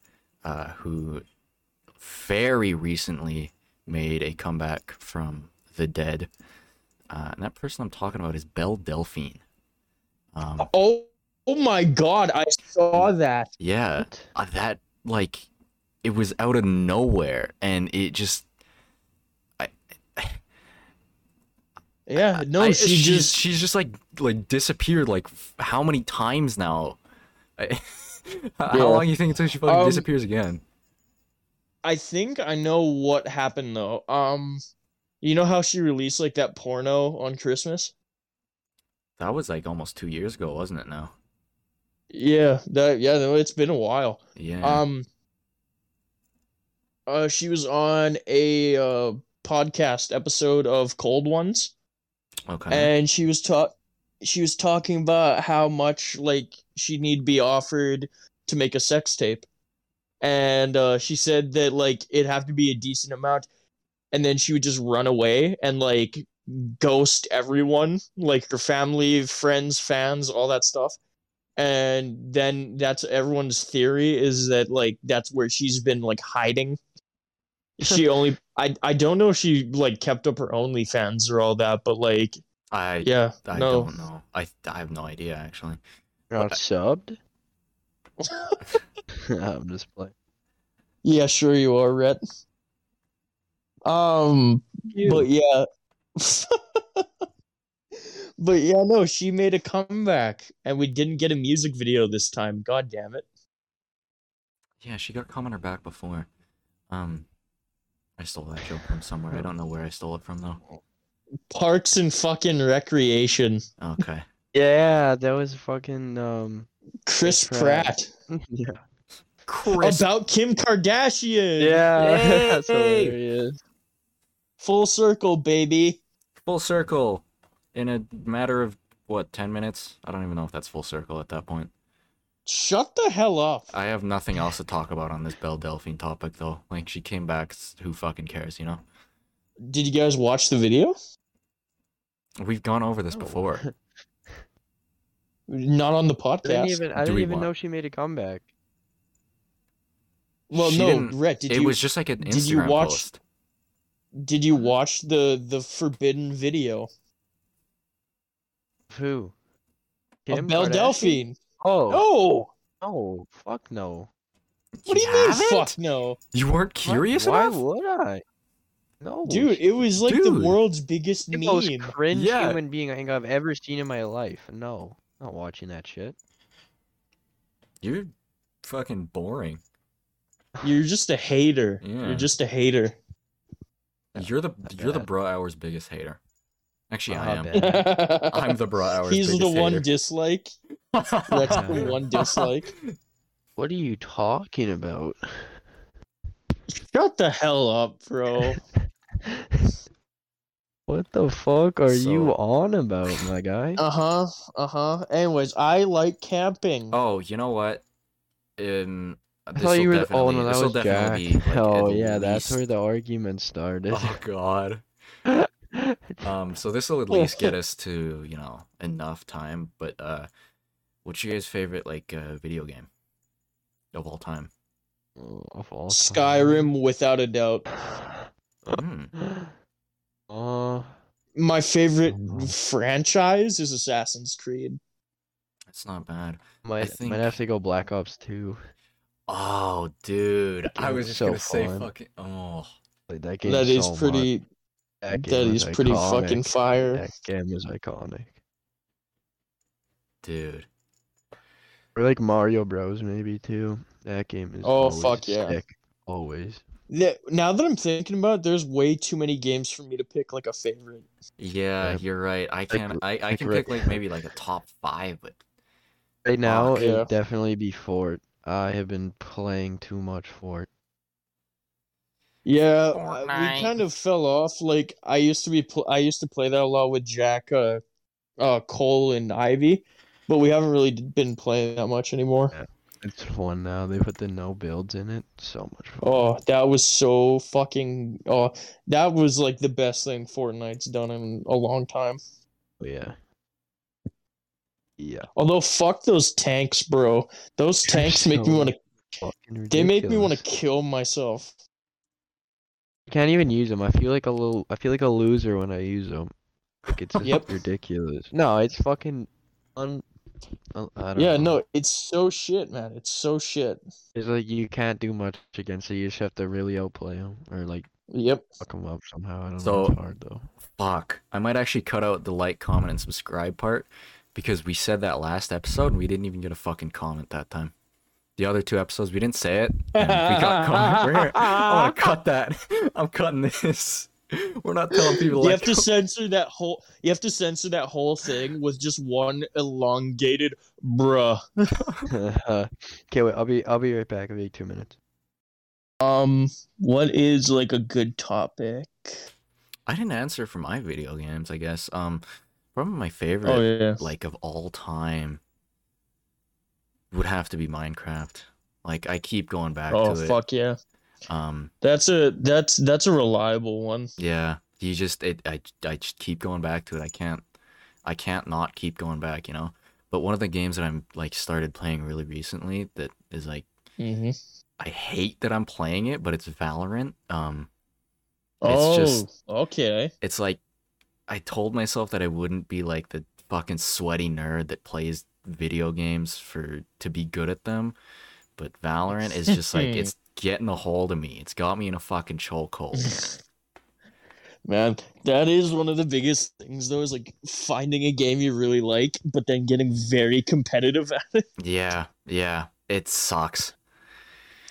Speaker 1: uh who very recently made a comeback from the dead. Uh, and that person I'm talking about is Belle Delphine. Um,
Speaker 2: Oh, oh my god, I saw that.
Speaker 1: Yeah,
Speaker 4: What?
Speaker 1: uh, that like it was out of nowhere, and it just
Speaker 2: Yeah, no,
Speaker 1: I-
Speaker 2: she
Speaker 1: she's
Speaker 2: just
Speaker 1: she's just like like disappeared like f- how many times now? I- how
Speaker 2: Yeah.
Speaker 1: long do you think until she fucking
Speaker 2: Um,
Speaker 1: disappears again?
Speaker 2: I think I know what happened though. Um, you know how she released like that porno on Christmas?
Speaker 1: That was like almost two years ago, wasn't it? Now,
Speaker 2: Yeah, that yeah, no, it's been a while.
Speaker 1: yeah,
Speaker 2: Um, uh, she was on a uh podcast episode of Cold Ones,
Speaker 1: okay,
Speaker 2: and she was talk she was talking about how much like she need be offered to make a sex tape. And uh, she said that like it'd have to be a decent amount, and then she would just run away and like ghost everyone, like her family, friends, fans, all that stuff. And then that's everyone's theory is that like that's where she's been like hiding. She only I I don't know if she like kept up her OnlyFans or all that, but like
Speaker 1: I
Speaker 2: yeah,
Speaker 1: I
Speaker 2: no.
Speaker 1: don't know. I I have no idea actually.
Speaker 4: You're not subbed. I'm just playing.
Speaker 2: Yeah, sure you are, Rhett. Um, but yeah, but yeah, no, she made a comeback, and we didn't get a music video this time. God damn it!
Speaker 1: Yeah, she got a comment on her back before. Um, I stole that joke from somewhere. I don't know where I stole it from though.
Speaker 2: Parks and fucking recreation.
Speaker 1: Okay.
Speaker 4: Yeah, that was fucking um.
Speaker 2: Chris
Speaker 4: Chris
Speaker 2: Pratt.
Speaker 4: Pratt. Yeah.
Speaker 1: Chris.
Speaker 2: about Kim Kardashian.
Speaker 4: Yeah. That's
Speaker 1: Yay!
Speaker 4: hilarious.
Speaker 2: full circle, baby.
Speaker 1: full circle in a matter of what 10 minutes i don't even know if that's full circle at that point
Speaker 2: Shut the hell up.
Speaker 1: i have nothing else to talk about on this belle delphine topic though like she came back s- who fucking cares you know
Speaker 2: Did you guys watch the video?
Speaker 1: we've gone over
Speaker 2: Oh.
Speaker 1: this before
Speaker 2: Not on the
Speaker 4: Didn't
Speaker 2: podcast.
Speaker 4: even, I
Speaker 1: Do
Speaker 4: didn't
Speaker 1: we
Speaker 4: even
Speaker 1: want-
Speaker 4: know she made a comeback.
Speaker 2: well,
Speaker 1: She
Speaker 2: no,
Speaker 1: didn't-
Speaker 2: Rhett, did
Speaker 1: it
Speaker 2: you
Speaker 1: was just like an instagram
Speaker 2: did you watch-
Speaker 1: post
Speaker 2: did you watch the the forbidden video
Speaker 4: Who?
Speaker 2: of
Speaker 4: Kim
Speaker 2: Belle
Speaker 4: Kardashian?
Speaker 2: Delphine?
Speaker 4: Oh
Speaker 2: No.
Speaker 4: no! Fuck no!
Speaker 2: What do you mean?
Speaker 1: haven't?
Speaker 2: Fuck no,
Speaker 1: you weren't
Speaker 4: Why-
Speaker 1: curious
Speaker 4: Why,
Speaker 1: enough
Speaker 4: would I? No,
Speaker 2: dude. It was like
Speaker 1: Dude.
Speaker 2: the world's biggest
Speaker 4: the
Speaker 2: meme.
Speaker 4: most cringe
Speaker 1: Yeah.
Speaker 4: human being I think I've ever seen in my life. No, not watching that shit.
Speaker 1: you're fucking boring
Speaker 2: You're just a hater.
Speaker 1: Yeah.
Speaker 2: You're just a hater.
Speaker 4: No,
Speaker 1: you're the
Speaker 4: not
Speaker 1: you're the
Speaker 4: bad.
Speaker 1: bra hour's biggest hater actually i
Speaker 4: Not
Speaker 1: am
Speaker 4: bad.
Speaker 1: i'm the bra hour's
Speaker 2: He's the
Speaker 1: biggest
Speaker 2: one
Speaker 1: hater.
Speaker 2: dislike. That's the
Speaker 4: Yeah.
Speaker 2: one dislike.
Speaker 4: What are you talking about?
Speaker 2: Shut the hell up, bro.
Speaker 4: What the fuck are
Speaker 1: So-
Speaker 4: you on about, my guy?
Speaker 2: Uh huh. Uh huh. Anyways, I like camping.
Speaker 1: Oh, you know what? Um,
Speaker 4: I thought you were. the- Oh no, that
Speaker 1: this
Speaker 4: was
Speaker 1: will
Speaker 4: Jack.
Speaker 1: definitely be. Like,
Speaker 4: oh
Speaker 1: at
Speaker 4: yeah, that's where
Speaker 1: least-
Speaker 4: the argument started.
Speaker 1: Oh god. Um, so this will at least get us to you know enough time. But uh, what's your guys' favorite like uh, video game of all time?
Speaker 4: Of all time.
Speaker 2: Skyrim, without a doubt.
Speaker 1: Hmm.
Speaker 4: Uh,
Speaker 2: My favorite
Speaker 4: Oh.
Speaker 2: franchise is Assassin's Creed.
Speaker 1: That's not bad.
Speaker 4: might
Speaker 1: think-
Speaker 4: might have to go Black Ops 2.
Speaker 1: Oh, dude, I
Speaker 4: game
Speaker 1: was
Speaker 4: was
Speaker 1: just
Speaker 4: so
Speaker 1: gonna say
Speaker 4: fun.
Speaker 1: fucking. Oh,
Speaker 4: Like that game.
Speaker 2: That is
Speaker 4: so much.
Speaker 2: pretty.
Speaker 4: That,
Speaker 2: That
Speaker 4: game was
Speaker 2: is pretty
Speaker 4: iconic.
Speaker 2: fucking fire.
Speaker 4: That game is iconic.
Speaker 1: dude,
Speaker 4: Or like Mario Bros. Maybe too. That game is.
Speaker 2: Oh,
Speaker 4: always
Speaker 2: fuck yeah.
Speaker 4: sick. Always.
Speaker 2: That- now that I'm thinking about, it, there's way too many games for me to pick like a favorite.
Speaker 1: yeah,
Speaker 4: Yeah.
Speaker 1: you're right. I can,
Speaker 4: gr-
Speaker 1: I, I
Speaker 4: I
Speaker 1: can
Speaker 4: gr-
Speaker 1: pick like maybe like a top five, but
Speaker 4: Right now,
Speaker 1: Fuck,
Speaker 2: yeah.
Speaker 4: it'd definitely be Fort. I have been playing too much Fort.
Speaker 2: Yeah, uh,
Speaker 1: Fortnite.
Speaker 2: we kind of fell off. Like I used to be, pl- I used to play that a lot with Jack, uh, uh, Cole, and Ivy, but we haven't really d- been playing that much anymore.
Speaker 4: It's fun now. They put the no builds in it. So much fun.
Speaker 2: Oh, that was so fucking. Oh, that was like the best thing Fortnite's done in a long time.
Speaker 4: Oh, yeah. Yeah.
Speaker 2: Although, fuck those tanks, bro. Those
Speaker 4: They're
Speaker 2: tanks make me
Speaker 4: so
Speaker 2: want to.
Speaker 4: Fucking
Speaker 2: They make me want to
Speaker 4: ridiculous.
Speaker 2: kill myself.
Speaker 4: I can't even use them. I feel like a little. I feel like a loser when I use them. Like it's just
Speaker 2: Yep.
Speaker 4: ridiculous. No, it's fucking. Un- un- I don't
Speaker 2: Yeah,
Speaker 4: know.
Speaker 2: no, it's so shit, man. It's so shit.
Speaker 4: It's like you can't do much against it. You just have to really outplay them or like
Speaker 2: Yep.
Speaker 4: fuck them up somehow. I don't know.
Speaker 1: So-
Speaker 4: It's hard though.
Speaker 1: Fuck. I might actually cut out the like, comment, and subscribe part because we said that last episode and we didn't even get a fucking comment that time. The other two episodes, we didn't say it. And we got comment. We're, I want to cut that. I'm cutting this. We're not telling people like
Speaker 2: You have to censor that whole. You have to censor that whole thing with just one elongated bruh.
Speaker 4: okay, wait. I'll be. I'll be right back. I'll be two minutes.
Speaker 2: Um, what is like a good topic?
Speaker 1: I didn't answer for my video games, I guess. Um, probably my favorite,
Speaker 2: Oh yeah.
Speaker 1: like of all time, would have to be Minecraft. Like I keep going back
Speaker 2: Oh
Speaker 1: to
Speaker 2: fuck yeah.
Speaker 1: it. Um,
Speaker 2: That's a that's that's a reliable one.
Speaker 1: Yeah, you just it, I I just keep going back to it. I can't I can't not keep going back, you know. But one of the games that I'm like started playing really recently that is like
Speaker 2: Mm-hmm.
Speaker 1: I hate that I'm playing it, but it's Valorant. Um
Speaker 2: Oh,
Speaker 1: just-
Speaker 2: okay.
Speaker 1: it's like I told myself that I wouldn't be like the fucking sweaty nerd that plays video games for to be good at them, but Valorant is just like it's getting a hold of me. It's got me in a fucking chokehold.
Speaker 2: Man, that is one of the biggest things though, is like finding a game you really like, but then getting very competitive at it.
Speaker 1: Yeah, yeah. It sucks.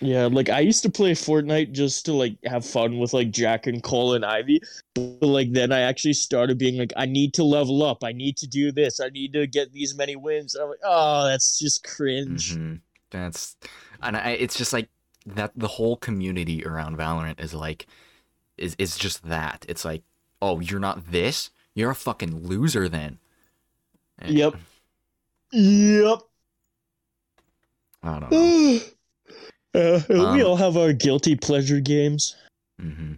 Speaker 2: Yeah, like I used to play Fortnite just to like have fun with like Jack and Cole and Ivy. But like then I actually started being like, I need to level up, I need to do this, I need to get these many wins. I'm like, oh, that's just cringe.
Speaker 1: Mhm. That's and I, it's just like that the whole community around Valorant is like is is just that. It's like, "Oh, you're not this? You're a fucking loser then." Eh,
Speaker 2: Yep. Yep.
Speaker 1: I don't know.
Speaker 2: Uh, we
Speaker 1: Um,
Speaker 2: all have our guilty pleasure games.
Speaker 1: hmm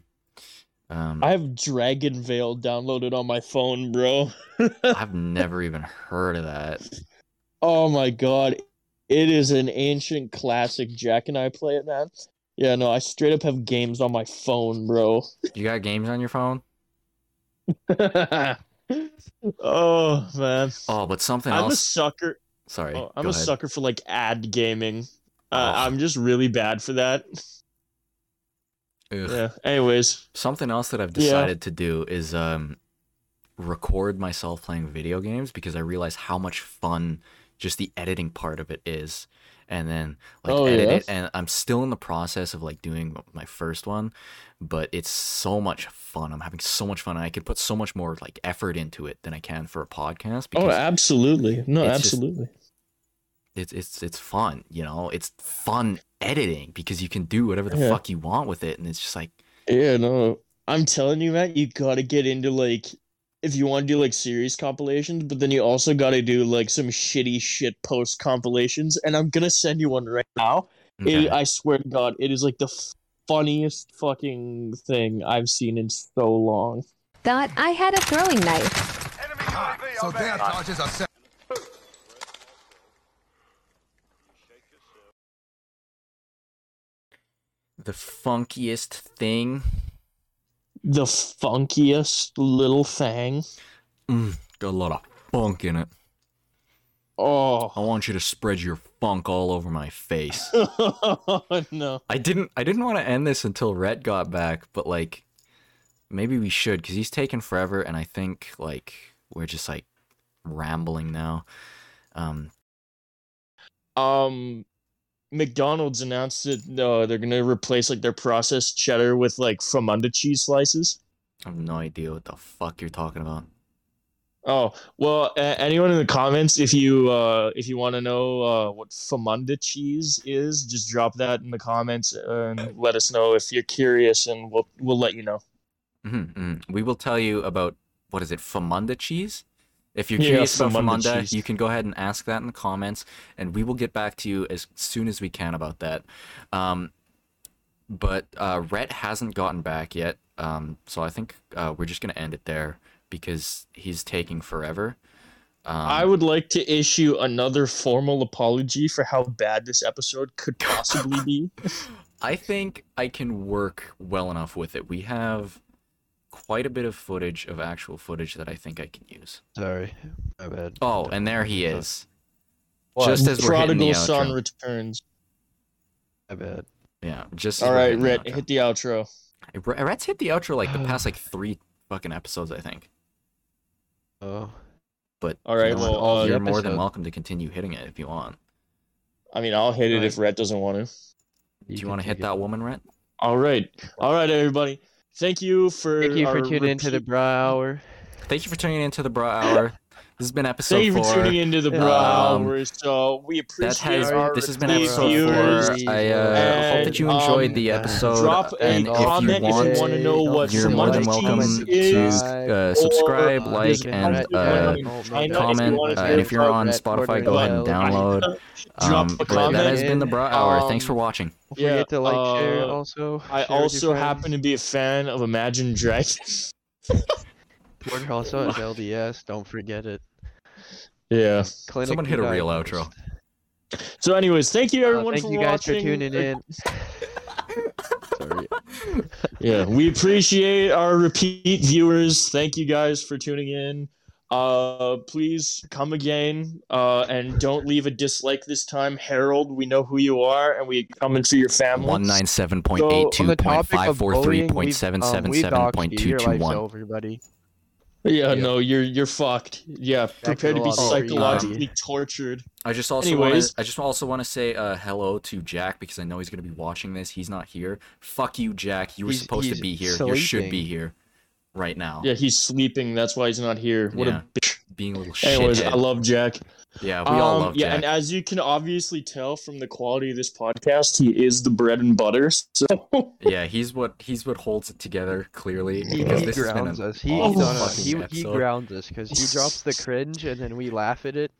Speaker 1: Um,
Speaker 2: I have Dragon Veil downloaded on my phone, bro.
Speaker 1: I've never even heard of that.
Speaker 2: Oh my god. It is an ancient classic. Jack and I play it, man. Yeah, no, I straight up have games on my phone, bro.
Speaker 1: You got games on your phone?
Speaker 2: oh man.
Speaker 1: Oh, but something
Speaker 2: I'm a
Speaker 1: else.
Speaker 2: sucker.
Speaker 1: Sorry.
Speaker 2: Oh, I'm
Speaker 1: go
Speaker 2: a
Speaker 1: ahead.
Speaker 2: sucker for like ad gaming.
Speaker 1: Oh.
Speaker 2: Uh, I'm just really bad for that.
Speaker 1: Ugh.
Speaker 2: Yeah. Anyways.
Speaker 1: Something else that I've
Speaker 2: Yeah.
Speaker 1: decided to do is um, record myself playing video games because I realize how much fun just the editing part of it is. And then like
Speaker 2: Oh,
Speaker 1: edit
Speaker 2: yes?
Speaker 1: it, and I'm still in the process of like doing my first one, but it's so much fun. I'm having so much fun. and I can put so much more like effort into it than I can for a podcast because
Speaker 2: Oh, absolutely. No,
Speaker 1: it's just-
Speaker 2: absolutely.
Speaker 1: it's it's it's fun, you know. It's fun editing because you can do whatever the
Speaker 2: Yeah.
Speaker 1: fuck you want with it, and it's just like
Speaker 2: Yeah, no. I'm telling you, man, you gotta get into like if you want to do like series compilations, but then you also gotta do like some shitty shit post compilations. And I'm gonna send you one right now.
Speaker 1: okay.
Speaker 2: It, I swear to God, it is like the funniest fucking thing I've seen in so long.
Speaker 3: Thought I had a throwing knife.
Speaker 5: So their charges are set.
Speaker 1: the funkiest thing.
Speaker 2: The funkiest little thing.
Speaker 1: Mm, got a lot of funk in it.
Speaker 2: Oh,
Speaker 1: I want you to spread your funk all over my face.
Speaker 2: no.
Speaker 1: I didn't I didn't want to end this until Rhett got back, but like maybe we should cuz he's taken forever and I think like we're just like rambling now. Um
Speaker 2: um McDonald's announced that uh, they're gonna replace like their processed cheddar with like from under cheese slices.
Speaker 1: I have no idea what the fuck you're talking about.
Speaker 2: Oh well, a- anyone in the comments, if you uh, if you want to know uh, what Famunda cheese is, just drop that in the comments and let us know if you're curious, and we'll we'll let you know.
Speaker 1: Mhm, mhm. We will tell you about what is it, Famunda cheese? If you're
Speaker 2: Yeah,
Speaker 1: curious about
Speaker 2: Famunda
Speaker 1: Famunda,
Speaker 2: cheese.
Speaker 1: you can go ahead and ask that in the comments, and we will get back to you as soon as we can about that. Um, but uh, Rhett hasn't gotten back yet, um, so I think uh, we're just gonna end it there because he's taking forever. Um,
Speaker 2: I would like to issue another formal apology for how bad this episode could possibly be.
Speaker 1: I think I can work well enough with it. We have quite a bit of footage of actual footage that I think I can use.
Speaker 4: Sorry, my bad.
Speaker 1: Oh,
Speaker 4: Don't-
Speaker 1: and there he
Speaker 4: don't-
Speaker 1: is. Just as we're hitting the
Speaker 2: Prodigal
Speaker 1: outro.
Speaker 2: Son returns.
Speaker 4: My bad.
Speaker 1: Yeah, just
Speaker 2: All right,
Speaker 1: Rhett.
Speaker 2: Rhett, hit the outro.
Speaker 1: Rhett's hit the outro like the past like three fucking episodes, I think.
Speaker 4: Oh,
Speaker 1: But
Speaker 2: All right,
Speaker 1: you know what?
Speaker 2: well, uh,
Speaker 1: you're more than
Speaker 4: episode.
Speaker 1: welcome to continue hitting it if you want.
Speaker 2: I mean, I'll hit it if Rhett doesn't want to.
Speaker 1: Do you, want to hit that woman, Rhett?
Speaker 2: All right, all right, everybody. Thank you for
Speaker 4: Thank you for
Speaker 2: our
Speaker 4: tuning into the
Speaker 2: repeat-
Speaker 4: Bra Hour.
Speaker 1: Thank you for tuning into the Bra Hour. This has been episode
Speaker 2: Thank you for
Speaker 1: four.
Speaker 2: tuning into the Bra
Speaker 1: Um,
Speaker 2: Hour. So we appreciate
Speaker 1: that has
Speaker 2: our
Speaker 1: this has been
Speaker 2: repeat
Speaker 1: episode
Speaker 2: viewers.
Speaker 1: four. I uh, hope that you
Speaker 2: And,
Speaker 1: enjoyed
Speaker 2: um,
Speaker 1: the episode.
Speaker 2: drop a
Speaker 1: and if
Speaker 2: comment
Speaker 1: you want,
Speaker 2: if you want to know what
Speaker 1: you're more than
Speaker 2: Samanta's
Speaker 1: welcome
Speaker 2: cheese
Speaker 1: to
Speaker 2: is.
Speaker 1: uh, subscribe,
Speaker 4: or, uh,
Speaker 1: like, and
Speaker 4: comment
Speaker 1: uh,
Speaker 4: on
Speaker 1: comment.
Speaker 2: wanna
Speaker 1: Uh,
Speaker 2: hear
Speaker 1: and if you're
Speaker 2: about
Speaker 1: on
Speaker 4: Rhett
Speaker 1: Spotify,
Speaker 4: ordering
Speaker 1: go ahead
Speaker 4: a
Speaker 1: and
Speaker 4: Bra-
Speaker 1: download. Um,
Speaker 2: Drop a
Speaker 1: but
Speaker 2: comment.
Speaker 1: that has been the Bra Hour. Thanks for
Speaker 2: Um,
Speaker 1: watching.
Speaker 4: Don't forget to like, share
Speaker 2: uh,
Speaker 4: also.
Speaker 2: I
Speaker 4: Share with your
Speaker 2: also
Speaker 4: friends.
Speaker 2: happen to be a fan of Imagine Dragons.
Speaker 4: We're also at LDS. Don't forget it.
Speaker 2: yeah.
Speaker 4: Clinic
Speaker 1: Someone hit a real
Speaker 4: Undiagnosed.
Speaker 1: outro.
Speaker 2: So, anyways, thank you
Speaker 4: Uh,
Speaker 2: everyone
Speaker 4: thank
Speaker 2: for
Speaker 4: you guys
Speaker 2: watching.
Speaker 4: for tuning in. Sorry.
Speaker 2: Yeah, we appreciate our repeat viewers. Thank you guys for tuning in. Uh, please come again. Uh, and don't leave a dislike this time, Harold. We know who you are, and we coming for your family.
Speaker 1: One nine seven point
Speaker 2: So,
Speaker 1: eight
Speaker 2: on
Speaker 1: two
Speaker 4: On the
Speaker 1: point
Speaker 4: topic
Speaker 1: five
Speaker 4: of
Speaker 1: four three
Speaker 4: bullying,
Speaker 1: point
Speaker 4: we've-
Speaker 1: seven
Speaker 4: um,
Speaker 1: seven
Speaker 4: we've
Speaker 1: seven
Speaker 4: doxed
Speaker 1: point
Speaker 4: you.
Speaker 1: two
Speaker 4: Your
Speaker 1: two
Speaker 4: life's
Speaker 1: one.
Speaker 4: over, buddy.
Speaker 2: Yeah,
Speaker 4: Yeah.
Speaker 2: no, you're you're fucked. Yeah,
Speaker 4: to
Speaker 2: prepare to be
Speaker 4: lobby.
Speaker 2: psychologically tortured.
Speaker 1: I just also want
Speaker 2: Anyways.
Speaker 1: to I just also want to say uh, hello to Jack because I know he's gonna be watching this. He's not here. Fuck you, Jack. You were
Speaker 4: He's-
Speaker 1: supposed
Speaker 4: he's
Speaker 1: to be here. You should be
Speaker 4: sleeping.
Speaker 1: here right now.
Speaker 2: Yeah, he's sleeping. That's why he's not here. What
Speaker 1: Yeah.
Speaker 2: a bitch.
Speaker 1: Being a little
Speaker 2: Anyways,
Speaker 1: shithead.
Speaker 2: I love Jack.
Speaker 1: yeah, we all
Speaker 2: Um,
Speaker 1: love
Speaker 2: yeah,
Speaker 1: Jack.
Speaker 2: and as you can obviously tell from the quality of this podcast, he is the bread and butter. So
Speaker 1: yeah, he's what he's what holds it together clearly because
Speaker 4: he
Speaker 1: this has been
Speaker 4: grounds
Speaker 1: an
Speaker 4: us. He,
Speaker 1: awful
Speaker 4: no, no, no,
Speaker 1: fucking
Speaker 4: he, he
Speaker 1: Oh episode.
Speaker 4: grounds us because he drops the cringe and then we laugh at it.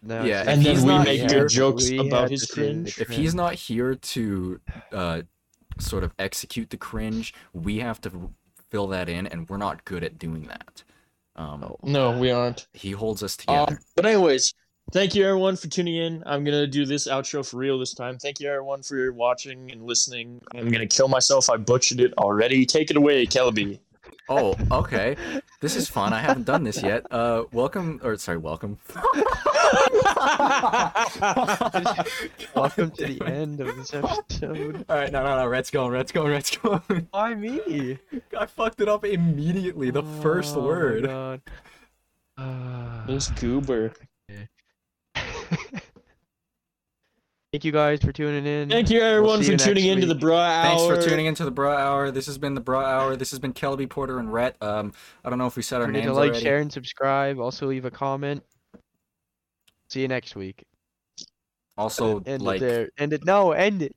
Speaker 4: Now
Speaker 1: Yeah,
Speaker 4: it's
Speaker 1: and
Speaker 4: like,
Speaker 1: then
Speaker 4: he's
Speaker 1: we
Speaker 4: not
Speaker 1: make
Speaker 4: here,
Speaker 1: good
Speaker 2: jokes
Speaker 4: we
Speaker 2: about
Speaker 4: had
Speaker 2: his
Speaker 4: to say the
Speaker 2: cringe.
Speaker 1: if he's
Speaker 4: cringe.
Speaker 1: not here to uh, sort of execute the cringe, we have to fill that in, and we're not good at doing that. Um,
Speaker 4: Oh.
Speaker 2: no, we aren't.
Speaker 1: He holds us together.
Speaker 2: Um, but anyways, thank you everyone for tuning in. I'm gonna do this outro for real this time. Thank you everyone for watching and listening. I'm gonna kill myself. I butchered it already. Take it away, Kelby.
Speaker 1: oh, okay. This is fun. I haven't done this yet. Uh, welcome, or sorry, welcome.
Speaker 4: welcome to the end of this episode.
Speaker 1: All right, no, no, no. Red's going. Red's going. Red's going.
Speaker 4: Why me?
Speaker 1: I fucked it up immediately. The first
Speaker 4: Oh my
Speaker 1: word.
Speaker 4: God. Ah.
Speaker 2: This goober.
Speaker 4: Thank you guys for tuning in.
Speaker 2: Thank you everyone
Speaker 4: see you
Speaker 2: for
Speaker 4: next
Speaker 2: tuning into the
Speaker 4: week.
Speaker 2: Bra Hour.
Speaker 1: Thanks for tuning into the Bra Hour. This has been the Bra Hour. This has been Kelby Porter and Rhett. Um, I don't know if we said our
Speaker 4: Remember
Speaker 1: names
Speaker 4: to like,
Speaker 1: already.
Speaker 4: share, and subscribe. Also leave a comment. See you next week.
Speaker 1: Also,
Speaker 4: End
Speaker 1: like,
Speaker 4: it there. End it. No, end it.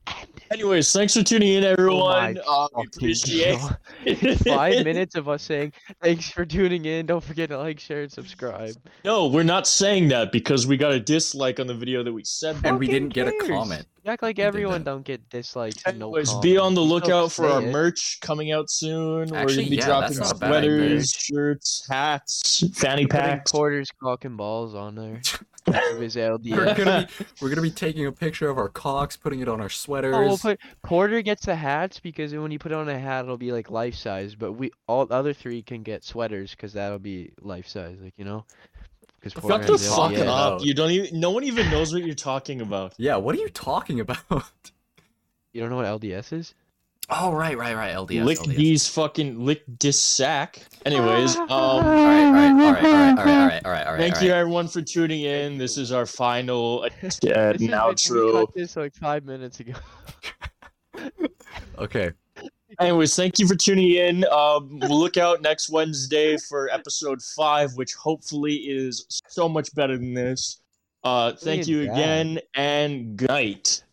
Speaker 2: Anyways, thanks for tuning
Speaker 1: Oh
Speaker 2: in, everyone. uh, we
Speaker 4: Fucking
Speaker 2: appreciate
Speaker 4: God. Five minutes of us saying thanks for tuning in. Don't forget to like, share, and subscribe.
Speaker 2: No, we're not saying that because we got a dislike on the video that we said.
Speaker 1: and
Speaker 2: That.
Speaker 1: we
Speaker 4: Fucking
Speaker 1: didn't get a
Speaker 4: cares?
Speaker 1: comment.
Speaker 4: You act like
Speaker 1: did
Speaker 4: everyone
Speaker 1: that.
Speaker 4: don't get dislikes. and No
Speaker 2: Anyways, be on the
Speaker 4: comments.
Speaker 2: lookout
Speaker 4: Just
Speaker 2: for
Speaker 4: say
Speaker 2: our
Speaker 4: it.
Speaker 2: merch coming out soon. we're
Speaker 1: Actually,
Speaker 2: gonna be
Speaker 1: yeah,
Speaker 2: dropping
Speaker 1: that's not a bad idea.
Speaker 2: sweaters, shirts, hats, fanny
Speaker 4: Putting
Speaker 2: packs.
Speaker 4: quarters, cock, and balls on there. Of his
Speaker 1: We're
Speaker 4: LDS.
Speaker 1: gonna be we're gonna be taking a picture of our cocks, putting it on our sweaters.
Speaker 4: Oh, we'll put Porter gets the hats because when you put on a hat, it'll be like life size. But we all the other three can get sweaters because that'll be life size, like you know. Because
Speaker 1: Shut
Speaker 2: Shut
Speaker 4: Porter
Speaker 2: the
Speaker 4: has
Speaker 2: fuck
Speaker 1: Yeah.
Speaker 4: LDS.
Speaker 2: up! You don't even. No one even knows what you're talking about.
Speaker 1: yeah, what are you talking about?
Speaker 4: You don't know what LDS is?
Speaker 1: Oh, right, right, right. LDS.
Speaker 2: lick
Speaker 1: LDS.
Speaker 2: these fucking lick this sack. Anyways, um.
Speaker 1: All right, all right, all right, all right, all right, all right, all right.
Speaker 2: Thank
Speaker 1: all
Speaker 2: you
Speaker 1: right.
Speaker 2: everyone for tuning in. This is our final attempt at an
Speaker 4: This is like- we
Speaker 2: outro.
Speaker 4: cut this like five minutes ago.
Speaker 1: Okay.
Speaker 2: Anyways, thank you for tuning in. Um, we'll look out next Wednesday for episode five, which hopefully is so much better than this. Uh, thank
Speaker 4: Look
Speaker 2: you
Speaker 4: at that.
Speaker 2: again and good night.